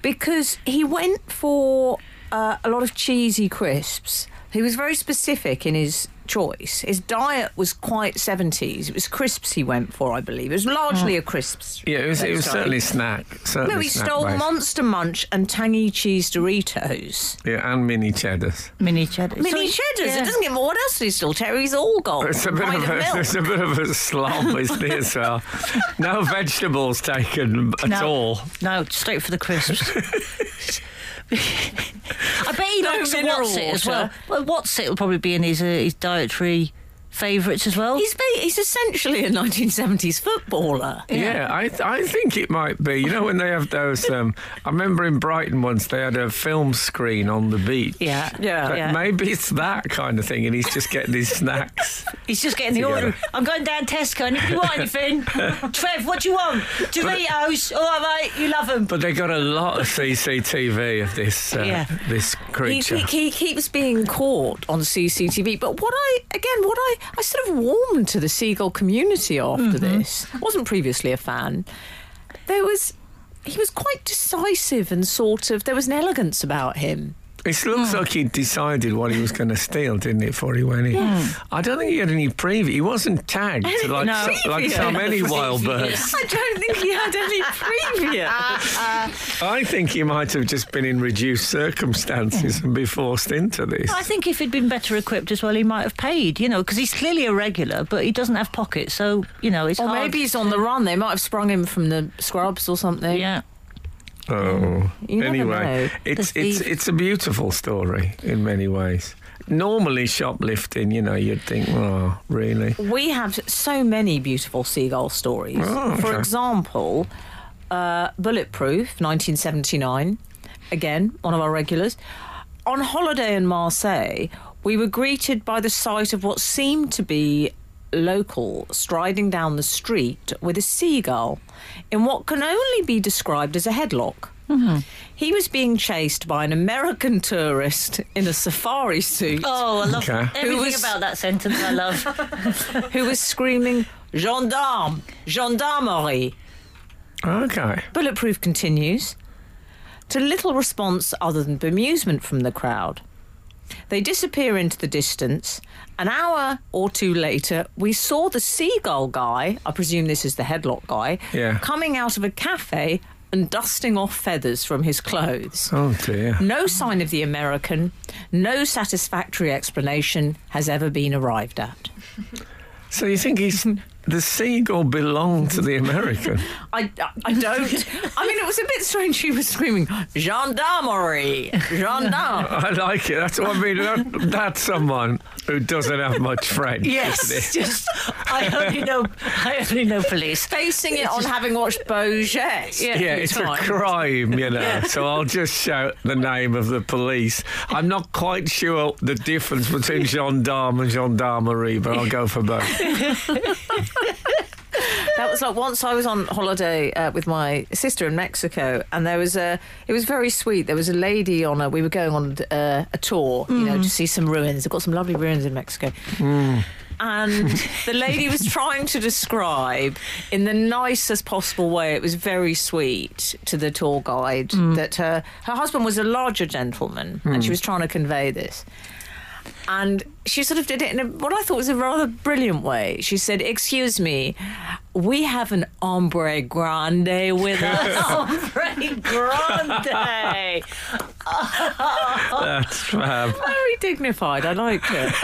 D: because he went for uh, a lot of cheesy crisps. He was very specific in his choice. His diet was quite 70s. It was crisps he went for, I believe. It was largely a crisps.
C: Yeah, it was, it was
D: Sorry.
C: certainly snack. Certainly
D: No, he
C: snack
D: stole
C: based.
D: Monster Munch and Tangy Cheese Doritos.
C: Yeah, and mini cheddars.
B: mini cheddar.
D: Mini cheddars. It doesn't get more. What else did he steal? Terry's all gone.
C: It's a bit
D: Pint
C: of
D: of
C: a,
D: milk.
C: it's a bit of a slob, isn't it? As well, no vegetables taken at
B: No.
C: all.
B: No, straight for the crisps. I bet he
D: No
B: likes a
D: mineral
B: Watsit as
D: water.
B: well. Well, Watsit will probably be in his uh, his dietary favourites as well.
D: He's, ba- he's essentially a 1970s footballer.
C: Yeah, I th- I think it might be. You know when they have those. Um, I remember in Brighton once they had a film screen on the beach.
D: Yeah.
F: Yeah.
C: But
D: yeah.
C: Maybe it's that kind of thing, and he's just getting his snacks.
B: He's just getting the
C: Together.
B: order. I'm going down Tesco. Anybody want anything? Trev, what do you want? Doritos. All right, you love them.
C: But they got a lot of CCTV of this uh,
B: Yeah.
C: this
D: He,
C: creature.
D: he, he keeps being caught on CCTV. But what I, again, what I, I sort of warmed to the Seagull community after this, wasn't previously a fan. There was, he was quite decisive and sort of, there was an elegance about him.
C: It
D: Hmm.
C: looks like he decided what he was going to steal, didn't it, before he went in?
D: Hmm.
C: I don't think he had any preview. He wasn't tagged like,
D: No.
C: so, like so
D: Preview.
C: many wild birds.
D: I don't think he had any previous.
C: I think he might have just been in reduced circumstances and be forced into this.
B: I think if he'd been better equipped as well, he might have paid, you know, because he's clearly a regular, but he doesn't have pockets. So, you know, it's
D: or
B: hard.
D: maybe he's on the run. They might have sprung him from the scrubs or something.
B: Yeah.
C: Oh.
D: You never know.
C: anyway, it's
B: The
C: it's
B: thief.
C: it's a beautiful story in many ways. Normally shoplifting, you know, you'd think, oh, really?
D: We have so many beautiful seagull stories.
C: Oh,
D: For
C: okay.
D: example, uh, Bulletproof, 1979, again, one of our regulars. On holiday in Marseille, we were greeted by the sight of what seemed to be local striding down the street with a seagull in what can only be described as a headlock.
C: Mm-hmm.
D: He was being chased by an American tourist in a safari suit.
B: Oh, I love
C: Okay.
B: everything
D: Who was-
B: about that sentence. I love.
D: who was screaming, Gendarme! Gendarmerie!
C: Okay.
D: Bulletproof continues to little response other than bemusement from the crowd. They disappear into the distance. An hour or two later, we saw the seagull guy, I presume this is the headlock guy,
C: Yeah.
D: coming out of a cafe and dusting off feathers from his clothes.
C: Oh dear.
D: No sign of the American, no satisfactory explanation has ever been arrived at.
C: So you think he's the seagull belonged to the American?
D: I, I- I don't. I mean, it was a bit strange. She was screaming, gendarmerie, gendarme.
C: I like it. That's what I mean. That, that's someone who doesn't have much French. isn't it?
B: yes, just I only know I only know police.
D: Basing it on having watched Beaujet.
C: Yeah, it's a
D: time.
C: crime, you know. so I'll just shout the name of the police. I'm not quite sure the difference between gendarme and gendarmerie, but I'll go for both.
D: That was like once I was on holiday uh, with my sister in Mexico, and there was a. It was very sweet. There was a lady on a. We were going on uh, a tour, you know, to see some ruins. They've got some lovely ruins in Mexico. And the lady was trying to describe in the nicest possible way. It was very sweet to the tour guide that her her husband was a larger gentleman, and she was trying to convey this. And she sort of did it in a, what I thought was a rather brilliant way. She said, Excuse me, we have an ombre grande with us.
B: Ombre Grande.
C: That's fab.
D: Very dignified. I like it.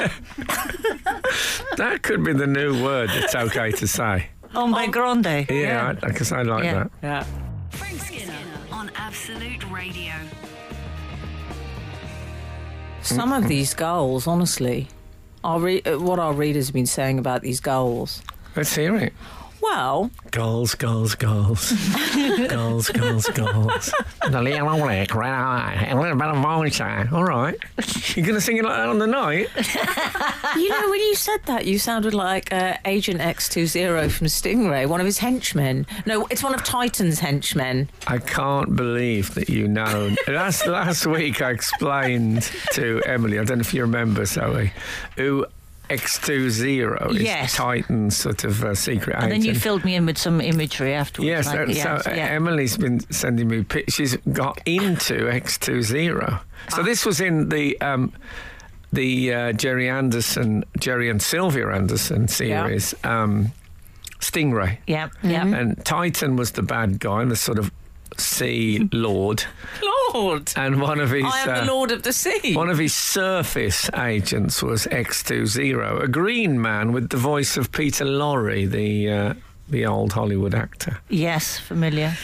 C: That could be the new word that's okay to say.
B: Ombre Grande.
C: Yeah, I because I like
B: Yeah.
C: that.
D: Yeah.
E: Frank Skinner on Absolute Radio.
D: Some of these goals, honestly, our re- uh, what our readers have been saying about these goals.
C: Let's hear it.
D: Well,
C: Goals, goals, goals. goals, goals, goals. The little lick, right? A little bit of vodka. All right. You're going to sing it like that on the night?
D: you know, when you said that, you sounded like uh, Agent X20 from Stingray, one of his henchmen. No, it's one of Titan's henchmen.
C: I can't believe that you know. last last week, I explained to Emily. I don't know if you remember, Zoe, who X20 is
B: Yes.
C: Titan's sort of uh, secret
B: And then
C: agent.
B: you filled me in with some imagery afterwards.
C: Yes,
B: like-
C: so, so, uh,
B: um,
C: Emily's been sending me pictures. She's got into X20.
B: Ah.
C: So this was in the um, the uh, Jerry Anderson, Jerry and Sylvia Anderson series, um, Stingray.
B: yeah, yeah.
C: And Titan was the bad guy, the sort of sea lord,
D: Lord!
C: and one of his
D: I am
C: uh,
D: the Lord of the Sea.
C: one of his surface agents was X20, a green man with the voice of Peter Lorre, the uh, the old Hollywood actor.
B: Yes, familiar.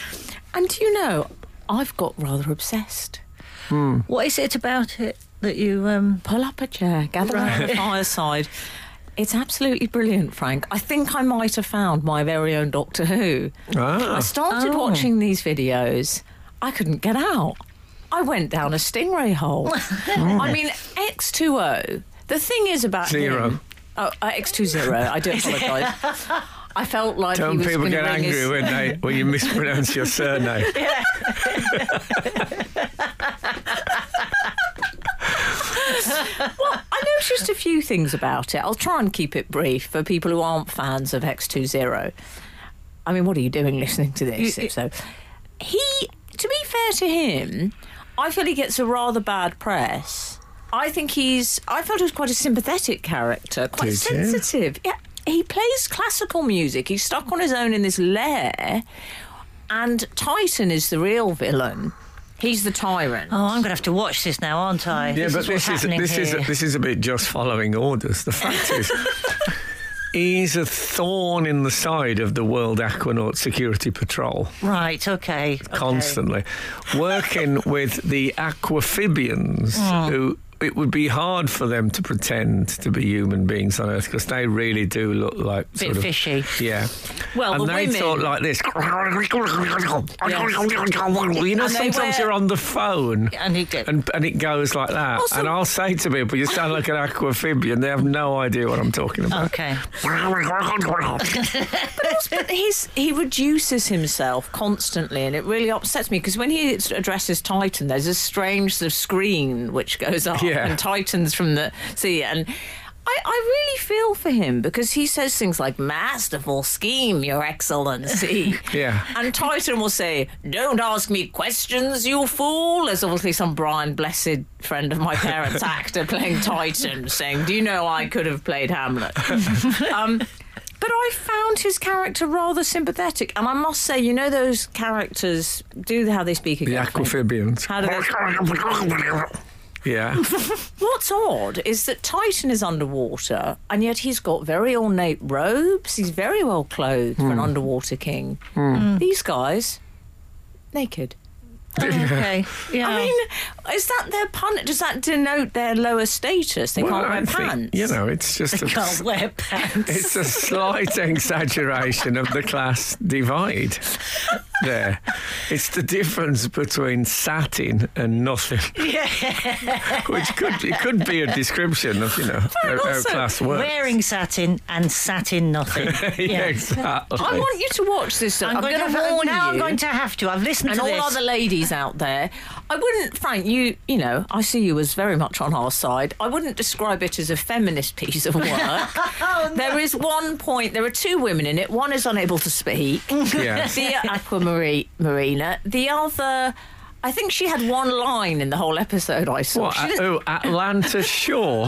D: And do you know, I've got rather obsessed.
B: What is it about it that you um
D: Pull up a chair, gather round the fireside. It's absolutely brilliant, Frank. I think I might have found my very own Doctor Who.
C: Ah.
D: I started
B: Oh.
D: watching these videos. I couldn't get out. I went down a stingray hole. I mean, X2O. The thing is about
C: Zero.
D: him- Oh, uh, X20. I do apologise. I felt like he
C: Don't
D: was
C: people
D: gonna
C: get
D: ring his-
C: angry when they when you mispronounce your surname?
D: I noticed a few things about it. I'll try and keep it brief for people who aren't fans of X20. I mean, what are you doing listening to this?
B: You-
D: if so, he, to be fair to him, I feel he gets a rather bad press. I think he's, I felt he was quite a sympathetic character, quite
C: Did you?
D: sensitive. Yeah, he plays classical music. He's stuck on his own in this lair, and Titan is the real villain. He's the tyrant.
B: Oh, I'm going to have to watch this now, aren't I?
C: Yeah,
B: this
C: but
B: is what's
C: this is
B: happening
C: this
B: here.
C: is this is a bit just following orders. The fact is. He's a thorn in the side of the World Aquanaut Security Patrol
B: right. Okay.
C: constantly, working with the Aquafibians,
D: Hmm.
C: who it would be hard for them to pretend to be human beings on Earth because they really do look like
B: Bit
C: sort of
B: fishy.
C: Yeah.
D: Well,
C: and
D: the
C: they
D: women-
C: talk like this. You know,
D: And they
C: sometimes
D: wear-
C: you're on the phone
B: And you get-
C: and, and it goes like that.
D: Also-
C: and I'll say to people, you sound like an aquafibian. They have no idea what I'm talking
D: Oh,
C: about.
B: Okay.
D: but he's he reduces himself constantly, and it really upsets me because when he addresses Titan, there's a strange sort of screen which goes up,
C: Yeah.
D: and Titan's from the sea, and. I, I really feel for him because he says things like "masterful scheme, Your Excellency."
C: Yeah.
D: and Titan will say, "Don't ask me questions, you fool." There's obviously some Brian Blessed friend of my parents' actor playing Titan saying, "Do you know I could have played Hamlet?" um, but I found his character rather sympathetic, and I must say, you know, those characters do how they speak
C: The
D: again.
C: aquafibians.
D: How do they?
C: Yeah.
D: What's odd is that Titan is underwater, and yet he's got very ornate robes. He's very well clothed
C: Hmm.
D: for an underwater king.
B: Hmm.
D: These guys, naked.
B: Okay. Yeah.
D: I mean, is that their pun? Does that denote their lower status? They
C: Well,
D: can't
C: I
D: wear
C: think,
D: pants.
C: You know, it's just a,
B: can't wear pants.
C: it's a slight exaggeration of the class divide there. It's the difference between satin and nothing. Which could it could be a description of, you know, how, how
D: also,
C: class works.
B: Wearing satin and satin nothing.
C: yeah, exactly.
D: I want you to watch this. though. I'm,
B: going
D: going to
B: have-
D: warn
B: now I'm
D: you.
B: going to have to. I've listened
D: and
B: to
D: all
B: this.
D: other ladies out there. I wouldn't, Frank. You, you know, I see you as very much on our side. I wouldn't describe it as a feminist piece of work.
C: Oh,
D: There is one point. There are two women in it. One is unable to speak.
C: Yeah.
D: The Aquamarine Marina. The other. I think she had one line in the whole episode I saw.
C: What?
D: She
C: a-
D: didn't-
C: oh, Atlanta Shore.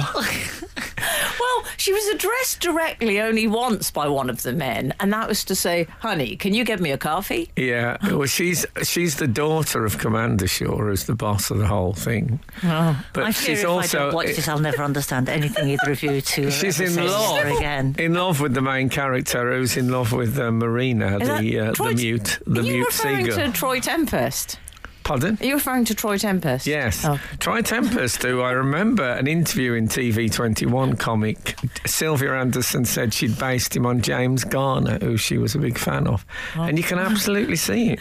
D: Well, she was addressed directly only once by one of the men, and that was to say, "Honey, can you get me a coffee?"
C: Yeah. Well, she's she's the daughter of Commander Shore, who's the boss of the whole thing. But
B: Oh, I fear
C: she's
B: if
C: also
B: I don't watch this, I'll never understand anything either of you two.
C: She's
B: ever
C: in
B: say this
C: love.
B: again.
C: in love with the main character, who's in love with uh, Marina,
D: Is
C: the
D: that
C: uh,
D: Troy-
C: the mute, the
D: Are you
C: mute
D: referring
C: seagull.
D: to Troy Tempest?
C: Pardon?
D: Are you referring to Troy Tempest?
C: Yes.
D: Oh.
C: Try Tempest, who I remember an interview in TV21 comic. Sylvia Anderson said she'd based him on James Garner, who she was a big fan of.
D: Oh.
C: And you can absolutely see it.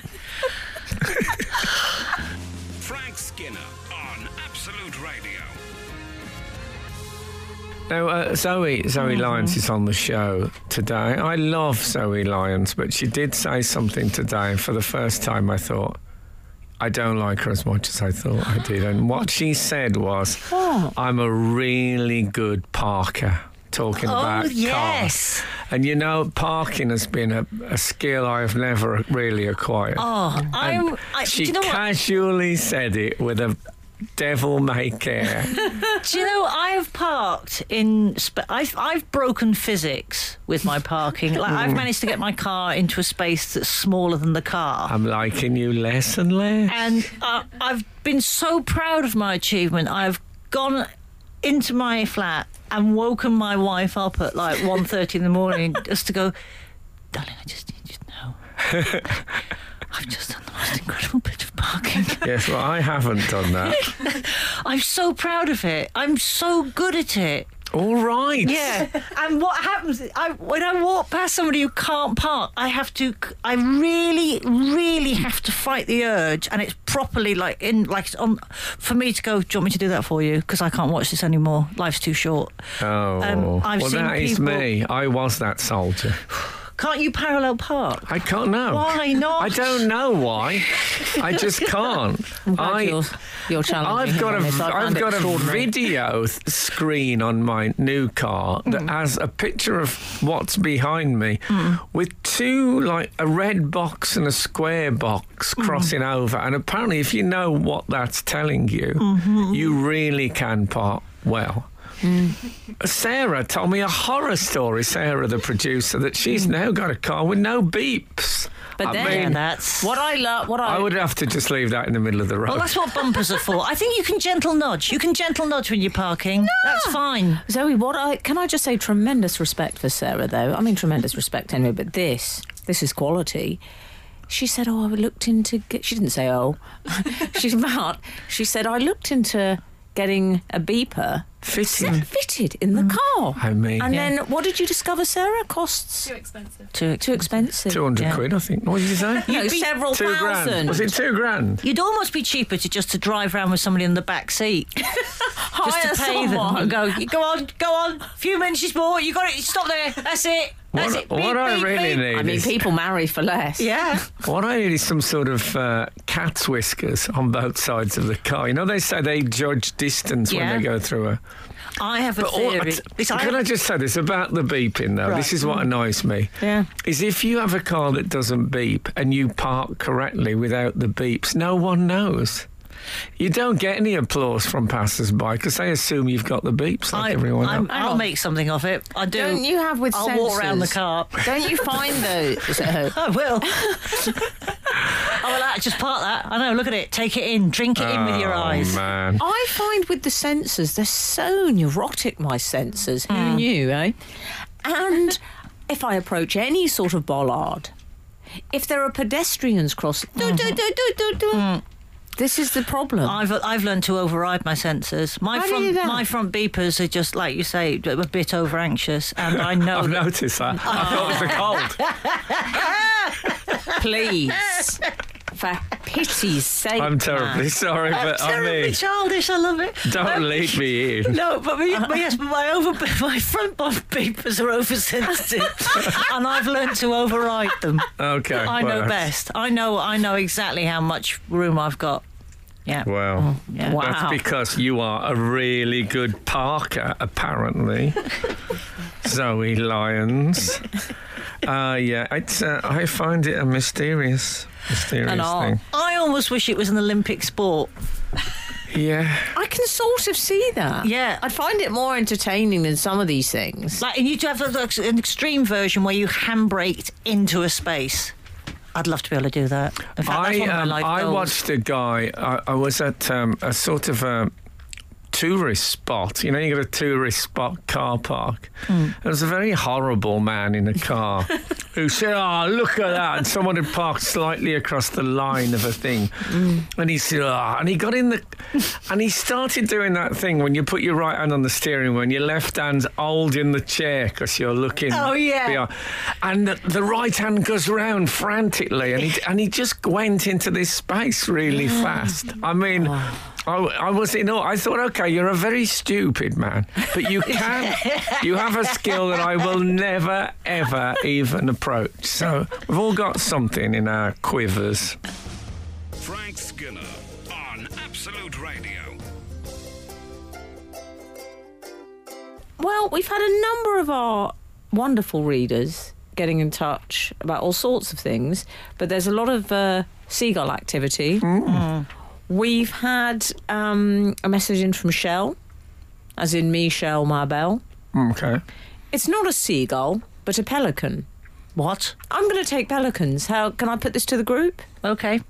A: Frank Skinner on Absolute Radio.
C: Now, uh, Zoe,
B: Mm-hmm.
C: Zoe Lyons is on the show today. I love Zoe Lyons, but she did say something today. and For the first time, I thought, I don't like her as much as I thought I did. And what she said was,
B: Oh.
C: I'm a really good parker. Talking about
B: Oh, yes.
C: cars. And you know, parking has been a, a skill I have never really acquired.
B: Oh,
C: And
B: I'm. I, do
C: she
B: you know what?
C: casually said it with a devil may care.
B: Do you know I have parked in? Sp- I've I've broken physics with my parking. Like I've managed to get my car into a space that's smaller than the car.
C: I'm liking you less and less.
B: and uh, I've been so proud of my achievement. I've gone into my flat and woken my wife up at like 1.30 in the morning just to go, darling, I just need you to know. I've just done the most incredible bit of parking.
C: Yes, well, I haven't done that.
B: I'm so proud of it. I'm so good at it.
C: All right.
B: Yeah, and what happens? is I when I walk past somebody who can't park, I have to. I really, really have to fight the urge, and it's properly like in like it's on for me to go. Do you want me to do that for you? Because I can't watch this anymore. Life's too short.
C: Oh,
B: Um, I've
C: well,
B: seen
C: that is
B: people-
C: me. I was that soldier.
B: Can't you parallel park?
C: I can't know.
B: Why not?
C: I don't know why. I just can't.
D: glad
C: I,
D: you're, you're challenging
C: I've got
D: him
C: a,
D: on this. I
C: I've
D: found it
C: got a
D: extraordinary.
C: video th- screen on my new car that has a picture of what's behind me with two, like a red box and a square box crossing over. And apparently, if you know what that's telling you, you really can part well. Sarah told me a horror story, Sarah, the producer, that she's now got a car with no beeps.
D: But
C: I
D: then-
C: mean,
B: Yeah, that's
D: What I love, what I,
C: I would have to just leave that in the middle of the road.
B: Well, that's what bumpers are for. I think you can gentle nudge. You can gentle nudge when you're parking. That's fine.
D: Zoe, what I can I just say tremendous respect for Sarah though. I mean tremendous respect anyway, but this this is quality. She said, "Oh, I looked into." Get, she didn't say, "Oh," she's smart. She said, "I looked into getting a beeper
C: Fitting.
D: fitted in the car."
C: Mm. I mean-
D: and
C: Yeah.
D: then what did you discover, Sarah? Costs
G: Too expensive.
B: Too,
D: too expensive.
C: 200
B: Yeah.
C: quid, I think. What did you say?
D: No, several
C: two grand.
D: thousand.
C: Was it two grand?
B: You'd almost be cheaper to just to drive around with somebody in the back seat. just
D: Hire
B: to pay
D: someone.
B: them and go, "You- go on, go on, a few minutes more, you got it, stop there, that's it, that's
C: What-
B: it.
C: what I really need
D: I mean,
C: is-
D: people marry for less.
B: Yeah.
C: What I need is some sort of uh, cat's whiskers on both sides of the car. You know, they say they judge distance
B: Yeah.
C: when they go through a.
B: I have a
C: all-
B: theory. This- I-
C: can I just say this about the beeping, though? This is what annoys me.
D: Yeah.
C: Is if you have a car that doesn't beep and you park correctly without the beeps, no one knows. You don't get any applause from passers by because they assume you've got the beeps like everyone else.
B: I'm, I'll make something of it. I do.
D: Don't you have with
B: I'll walk around the
D: sensors?
B: car.
D: Don't you find those?
B: I will. I will uh, just part that. I know. Look at it. Take it in. Drink it in with your
C: Oh,
B: eyes.
C: man.
D: I find with the sensors, they're so neurotic, my sensors. Who knew, eh? And if I approach any sort of bollard, if there are pedestrians crossing, do, do, do, do, do, do. This is the problem.
B: I've I've learned to override my sensors. My
D: How do you
B: front
D: do that?
B: my front beepers are just like you say a bit over anxious, and I know
C: I've
B: that
C: noticed that. I thought it was a cold.
D: Please. For pity's sake.
C: I'm terribly
D: man.
C: sorry, but I
B: terribly
C: mean,
B: childish. I love it.
C: don't
B: Um,
C: leave me in.
B: No, but, me, but yes, but my over my front bump beepers are oversensitive, and I've learned to override them.
C: Okay.
B: I
C: well,
B: know
C: that's-
B: best. I know. I know exactly how much room I've got. Yeah.
C: Well,
B: yeah.
C: that's
D: Wow.
C: because you are a really good parker, apparently. Zoe Lyons. Uh, yeah, it's, uh, I find it a mysterious, mysterious
D: And all.
C: thing.
B: I almost wish it was an Olympic sport.
C: Yeah.
D: I can sort of see that.
B: Yeah.
D: I find it more entertaining than some of these things.
B: Like, and you do have like, an extreme version where you handbraked into a space. I'd love to be able to do that. In fact, that's
C: I,
B: one of my
C: um,
B: life
C: I
B: goals.
C: watched a guy. I, I was at um, a sort of a tourist spot. You know, you got a tourist spot car park.
B: Hmm.
C: There was a very horrible man in a car who said, "Oh, look at that!" And someone had parked slightly across the line of a thing,
B: Hmm.
C: and he said, "Oh," and he got in the, and he started doing that thing when you put your right hand on the steering wheel, and your left hand's holding the chair because you're looking.
B: Oh, yeah.
C: behind. And the, the right hand goes round frantically, and he and he just went into this space really fast. I mean, I, Oh, I was in awe. I thought, okay, you're a very stupid man, but you can, you have a skill that I will never ever even approach. So we've all got something in our quivers.
A: Frank Skinner on Absolute Radio.
D: Well, we've had a number of our wonderful readers getting in touch about all sorts of things, but there's a lot of uh, seagull activity. We've had um, a message in from Shell, as in Michelle Marbell.
C: Okay.
D: It's not a seagull, but a pelican.
B: What?
D: I'm going to take pelicans. How can I put this to the group?
B: Okay.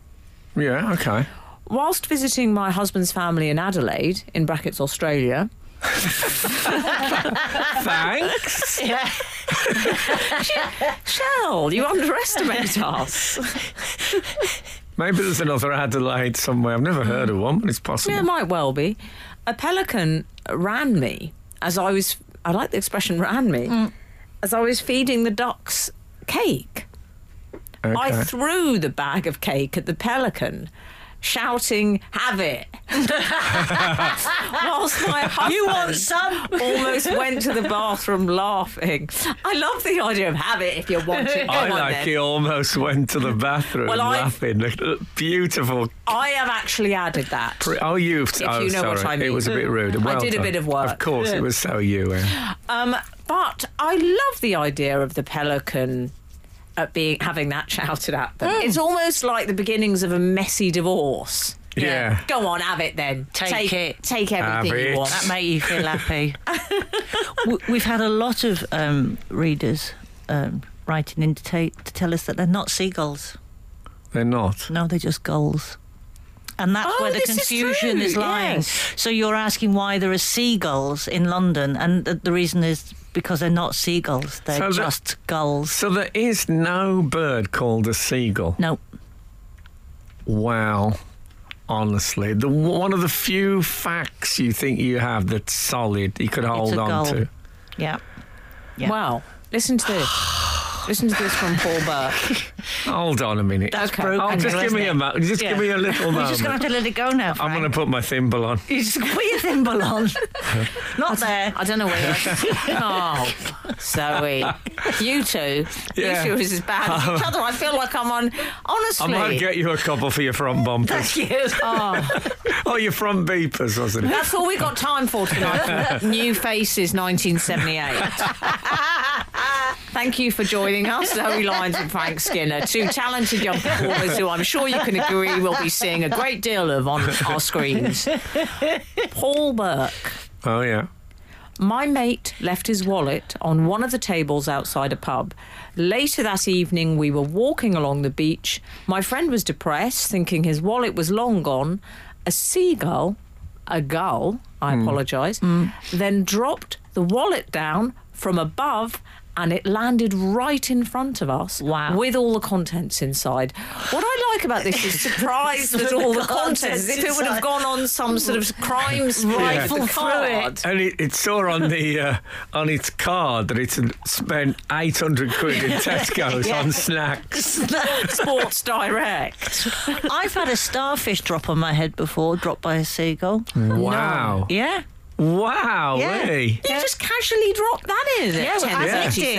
C: Yeah. Okay.
D: Whilst visiting my husband's family in Adelaide, in brackets Australia,
C: Thanks.
B: Yeah.
D: Shell, you underestimate us.
C: Maybe there's another Adelaide somewhere. I've never heard of one, but it's possible.
D: Yeah, it might well be. A pelican ran me as I was I like the expression ran me as I was feeding the ducks cake. I
C: Okay.
D: threw the bag of cake at the pelican, shouting, "Have it!" Whilst my husband
B: You want some?
D: almost went to the bathroom laughing. I love the idea of "Have it if you want it."
C: I
D: Come on
C: like
D: then."
C: he almost went to the bathroom
D: Well, I-
C: laughing. Beautiful.
D: I have actually added that.
C: Pre- oh, you. If oh,
D: you know
C: sorry.
D: what I
C: It
D: mean.
C: was a bit rude.
D: I
C: Well
D: did a
C: done.
D: bit of
C: Of
D: work.
C: course, it was so you. eh? Em.
D: Um, but I love the idea of the pelican at being having that shouted at
B: Hmm.
D: them. It's almost like the beginnings of a messy divorce.
C: Yeah.
D: Go on, have it then.
B: Take it.
D: Take
C: Have
D: everything
C: it.
D: you want.
B: That make you feel happy. W- We've had a lot of um, readers um, writing in to, ta- to tell us that they're not seagulls.
C: They're not.
B: No, they're just gulls. And that's
D: Oh,
B: where the
D: this is
B: confusion
D: true,
B: is, lying.
D: yes.
B: So you're asking why there are seagulls in London, and the, the reason is because they're not seagulls; they're
C: So that-
B: just gulls.
C: So there is no bird called a seagull.
B: No,
C: Wow. Honestly, the one of the few facts you think you have that's solid you could hold
B: it's a
C: on
B: gull.
C: to.
B: Yeah. Yeah.
D: Wow. Listen to this. Listen to this from Paul Burke.
C: Hold on a minute.
B: That's
C: Just-
B: broken,
C: Oh, just
B: isn't
C: give me
B: it?
C: a mo- just
B: Yeah.
C: give me a little
B: You're
C: moment.
B: just going to have to let it go now.
C: I'm
B: Frank.
C: going to put my thimble on.
B: You just put your thimble on. not there.
D: I don't know where. oh, Zoe, you two,
C: Yeah. Oh.
D: you two is as bad as each other. I feel like I'm on. Honestly,
C: I might get you a couple for your front bumpers
D: Oh.
C: or your front beepers, wasn't it?
D: That's all we got time for tonight. New Faces 1978. Thank you for joining us, Zoe Lyons and Frank Skinner, two talented young performers who I'm sure you can agree we'll be seeing a great deal of on our screens. Paul Burke.
C: Oh yeah.
D: My mate left his wallet on one of the tables outside a pub. Later that evening, we were walking along the beach. My friend was depressed, thinking his wallet was long gone. A seagull, a gull, I apologise, then dropped the wallet down from above and it landed right in front of us
B: Wow.
D: with all the contents inside. What I like about this is surprise that all the contents, if it would have gone on some sort of crime
C: Rifle
D: rifle
B: through
D: card.
C: And it, it saw on the uh, on its card that it had spent 800 quid in Tesco's on snacks.
D: Sports Direct.
B: I've had a starfish drop on my head before, dropped by a seagull.
C: Wow.
B: Yeah.
C: Wow. eh?
D: You just casually drop that in
B: Yeah,
D: at eh?
B: well, I
C: Yeah.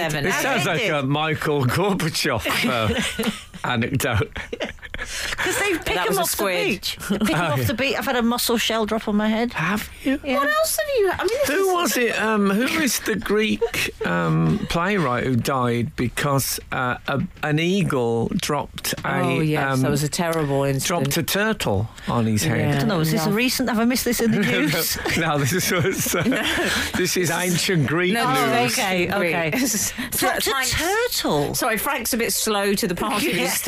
D: 10.37.
C: It
B: I
C: sounds
B: think
C: like
B: it-
C: a Michael Gorbachev uh, anecdote.
B: Because they pick
D: That was
B: them
D: a
B: off the
D: squid.
B: beach. They pick
C: Oh,
B: them off the beach. I've had a mussel shell drop on my head.
C: Have you?
D: What else have you... I mean, this
C: Who
D: is-
C: was it? Um, who is the Greek um, playwright who died because uh, a, an eagle dropped a
D: Oh, yes,
C: um,
D: that was a terrible incident.
C: dropped a turtle on his
B: I
C: head?
B: don't know. Is this a recent? Have I missed this in the news?
C: no, this was uh, this is ancient Greek
B: Oh,
C: news.
B: okay, okay.
D: Sorry,
B: Dropped a
D: Frank's,
B: turtle.
D: sorry, Frank's a bit slow to the party with
B: Yeah.
D: his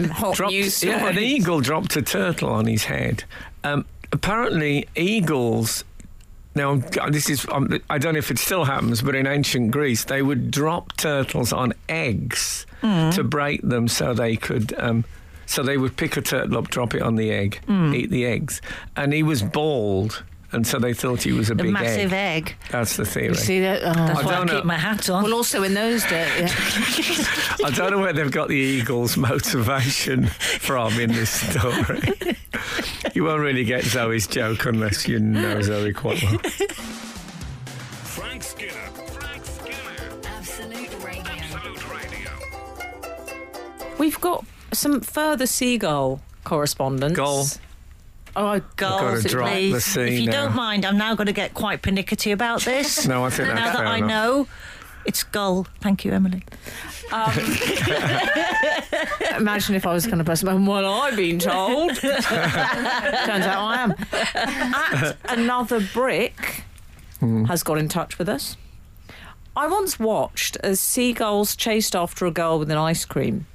D: 3am hot
C: Dropped-
D: news story.
C: yeah, an eagle dropped a turtle on his head. Um, apparently, eagles. Now, God, this is um, I don't know if it still happens, but in ancient Greece, they would drop turtles on eggs to break them so they could. Um, so they would pick a turtle up, drop it on the egg, eat the eggs, and he was bald, and so they thought he was a
B: A
C: big
B: massive egg.
C: That's the theory.
H: See that? Oh.
B: That's why I
C: don't know.
B: keep my hat on.
H: well, also in those days, yeah.
C: I don't know where they've got the Eagles' motivation from in this story. you won't really get Zoe's joke unless you know Zoe quite well.
A: Frank Skinner. Frank Skinner.
E: Absolute Radio.
A: Absolute Radio.
D: We've got some further seagull correspondence.
C: Goal.
D: Oh,
C: gotta
B: Goals,
C: drop the
B: please.
C: C
B: if you
C: now.
B: don't mind, I'm now going to get quite pernickety about this.
C: No, I think
B: now
C: that's
B: that
C: fair
B: I
C: enough.
B: know, it's gull. Thank you, Emily.
D: Imagine if I was the kind of person, well, I've been told. Turns out I am. At another brick has got in touch with us. I once watched as seagulls chased after a girl with an ice cream.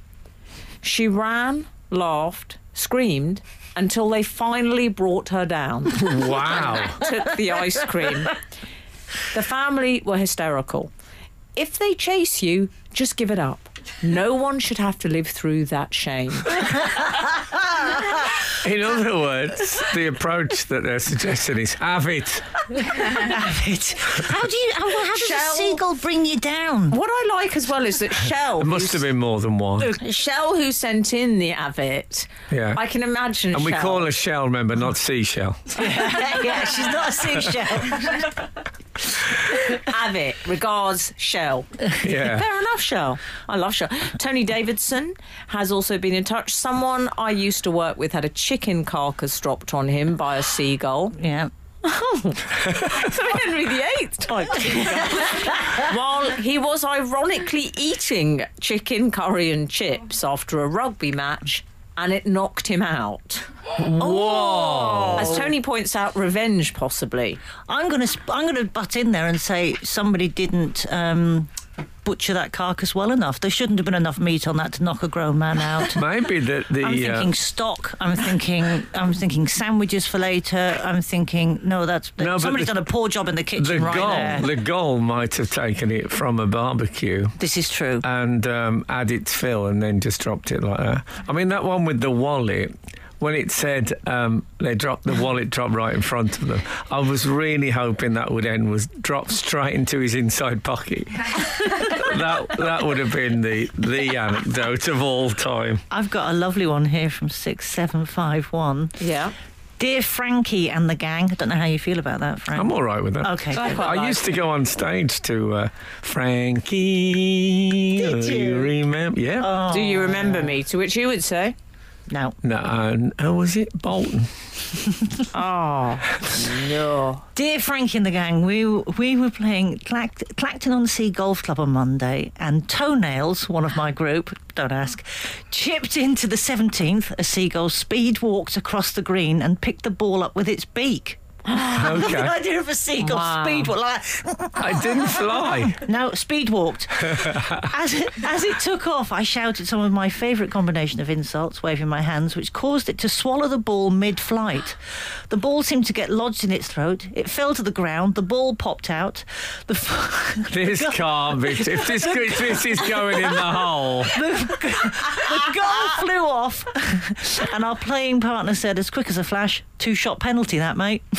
D: She ran, laughed, screamed until they finally brought her down
C: Wow.
D: took the ice cream. The family were hysterical. If they chase you, just give it up. No one should have to live through that shame.
C: In other words, the approach that they're suggesting is have it.
B: How do you? How, how does
I: Shall-
B: a seagull bring you down?
D: What I like as well is that Shell.
C: There must have been more than one.
D: who- Shell, who sent in the Abbott,
C: Yeah.
D: I can imagine.
C: And we
D: Shell.
C: call her shell, remember, not seashell.
D: yeah, she's not a seashell. Abbott regards Shell.
C: Yeah.
D: Fair enough, Shell. I love Shell. Tony Davidson has also been in touch. Someone I used to work with had a chicken carcass dropped on him by a seagull.
B: Yeah.
D: So Henry VIII type seagull. While he was ironically eating chicken curry and chips after a rugby match. And it knocked him out. Whoa! As Tony points out, revenge possibly.
B: I'm gonna sp- I'm gonna butt in there and say somebody didn't um, butcher that carcass well enough. There shouldn't have been enough meat on that to knock a grown man out.
C: Maybe that the. uh,
B: I'm thinking stock. I'm thinking. I'm thinking sandwiches for later. I'm thinking. No, that's
C: No, but
B: somebody's
C: the-
B: done a poor job in the kitchen
C: the
B: right
C: goal,
B: there.
C: the goal might have taken it from a barbecue
B: this is true.
C: and um, add its fill and then just dropped it like that. I mean, that one with the wallet, when it said um, they dropped the wallet, dropped right in front of them, I was really hoping that would end was drop straight into his inside pocket. that that would have been the the anecdote of all time.
B: I've got a lovely one here from six seven five one.
D: Yeah.
B: Dear Frankie and the gang. I don't know how you feel about that, Frank.
C: I'm all right with that.
B: Okay.
D: I
B: good.
D: quite
C: I
D: like
C: used to go on stage to uh, Frankie.
B: Did
C: do
B: you? Oh.
C: remember? Yeah.
I: Do you remember me? To which you would say,
B: Now,
C: No, uh, oh, was it Bolton?
D: "Ah,
I: "Oh, no."
B: Dear Frankie and the gang, we we were playing Clact- Clacton on Sea Golf Club on Monday, and Toenails, one of my group, don't ask, chipped into the 17th. A seagull speed walked across the green and picked the ball up with its beak. The
C: Okay,
B: idea of a seagull
D: Wow.
B: speed walk like
C: I didn't fly.
B: no speed walked. as it, as it took off, I shouted some of my favourite combination of insults, waving my hands, which caused it to swallow the ball mid-flight. The ball seemed to get lodged in its throat. It fell to the ground. The ball popped out. The, f-
C: This can't be. If this, if this is going in the hole,
B: the goal flew off, and our playing partner said, as quick as a flash, two-shot penalty. That mate.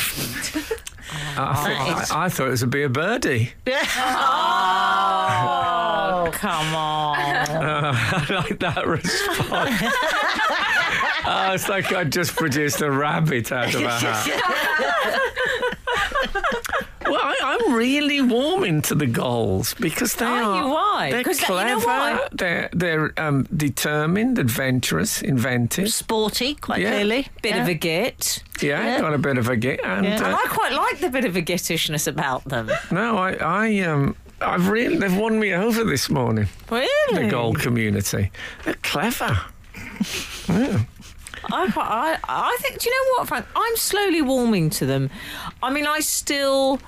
C: I, thought, I, I thought it was a be a birdie.
D: Oh, come on.
C: I like that response. oh, it's like I just produced a rabbit out of a hat. well, I, I'm really warming to the goals because they
D: Are you? Why?
C: They're
D: 'Cause that- you
C: clever.
D: know why?
C: They're they're um, determined, adventurous, inventive.
B: Sporty, quite
C: Yeah.
B: clearly.
D: Bit
B: Yeah.
D: of a git.
C: Yeah,
B: Yeah.
C: got a bit of a get. And,
B: Yeah.
C: uh,
D: And I quite like the bit of a gittishness about them.
C: No, I, I, um, I've really they've won me over this morning.
D: Really?
C: The gold community, they're clever.
D: I, quite- I, I think, do you know what, Frank? I'm slowly warming to them. I mean, I still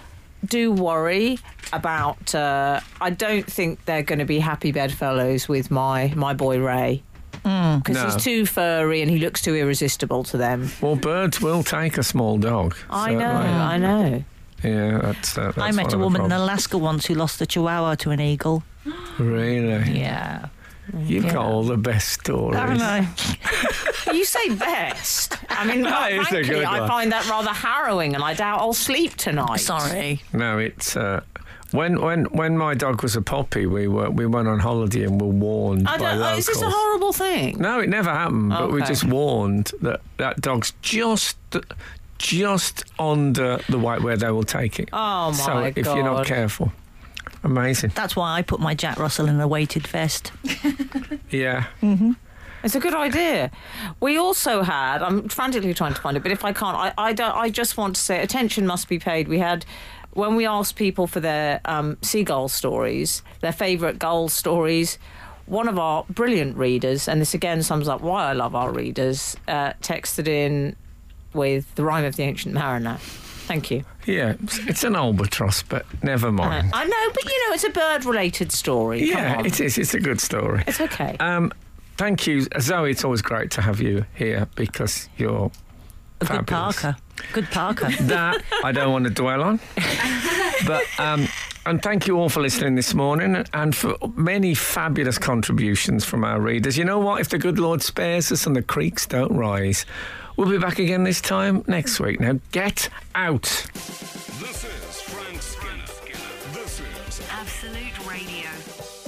D: do worry about, uh, I don't think they're going to be happy bedfellows with my, my boy Ray. Because
C: No.
D: he's too furry and he looks too irresistible to them.
C: Well, birds will take a small dog.
D: I know,
C: certainly.
D: I know.
C: Yeah, that's. Uh, that's
B: I
C: one
B: met
C: of
B: a
C: the
B: woman in
C: problems.
B: Alaska once who lost a chihuahua to an eagle.
C: Really,
B: Yeah.
C: you've got all the best stories.
B: Haven't I?
D: You say best. I mean,
C: That is a
D: frankly,
C: good
D: I
C: one.
D: find that rather harrowing, and I doubt I'll sleep tonight.
B: Sorry.
C: No, it's. Uh, when, when when my dog was a puppy, we were we went on holiday and were warned by
D: I don't. Oh,
C: locals.
D: is this a horrible thing?
C: No, it never happened. But we
D: Okay.
C: just warned that that dog's just just under the weight where they will take it.
D: Oh my
C: so if you're
D: God.
C: not careful, amazing.
B: That's why I put my Jack Russell in a weighted vest.
C: Yeah,
D: It's a good idea. We also had. I'm frantically trying to find it, but if I can't, I, I don't. I just want to say attention must be paid. We had when we asked people for their um, seagull stories, their favourite gull stories. One of our brilliant readers, and this again sums up why I love our readers, uh, texted in with the rhyme of the ancient mariner. Thank you.
C: yeah. It's, it's an albatross, but never
D: Uh,
C: mind.
D: I know, but you know, it's a bird-related story.
C: yeah,
D: Come on.
C: it is. It's a good story.
D: It's okay.
C: Um, thank you, Zoe. It's always great to have you here because you're
B: A good
C: fabulous.
B: Parker. Good Parker.
C: that I don't want to dwell on. But um, and thank you all for listening this morning and for many fabulous contributions from our readers. You know what? If the good Lord spares us and the creeks don't rise, We'll be back again this time next week. Now get out.
A: This is Frank Skinner. This is
E: Absolute Radio.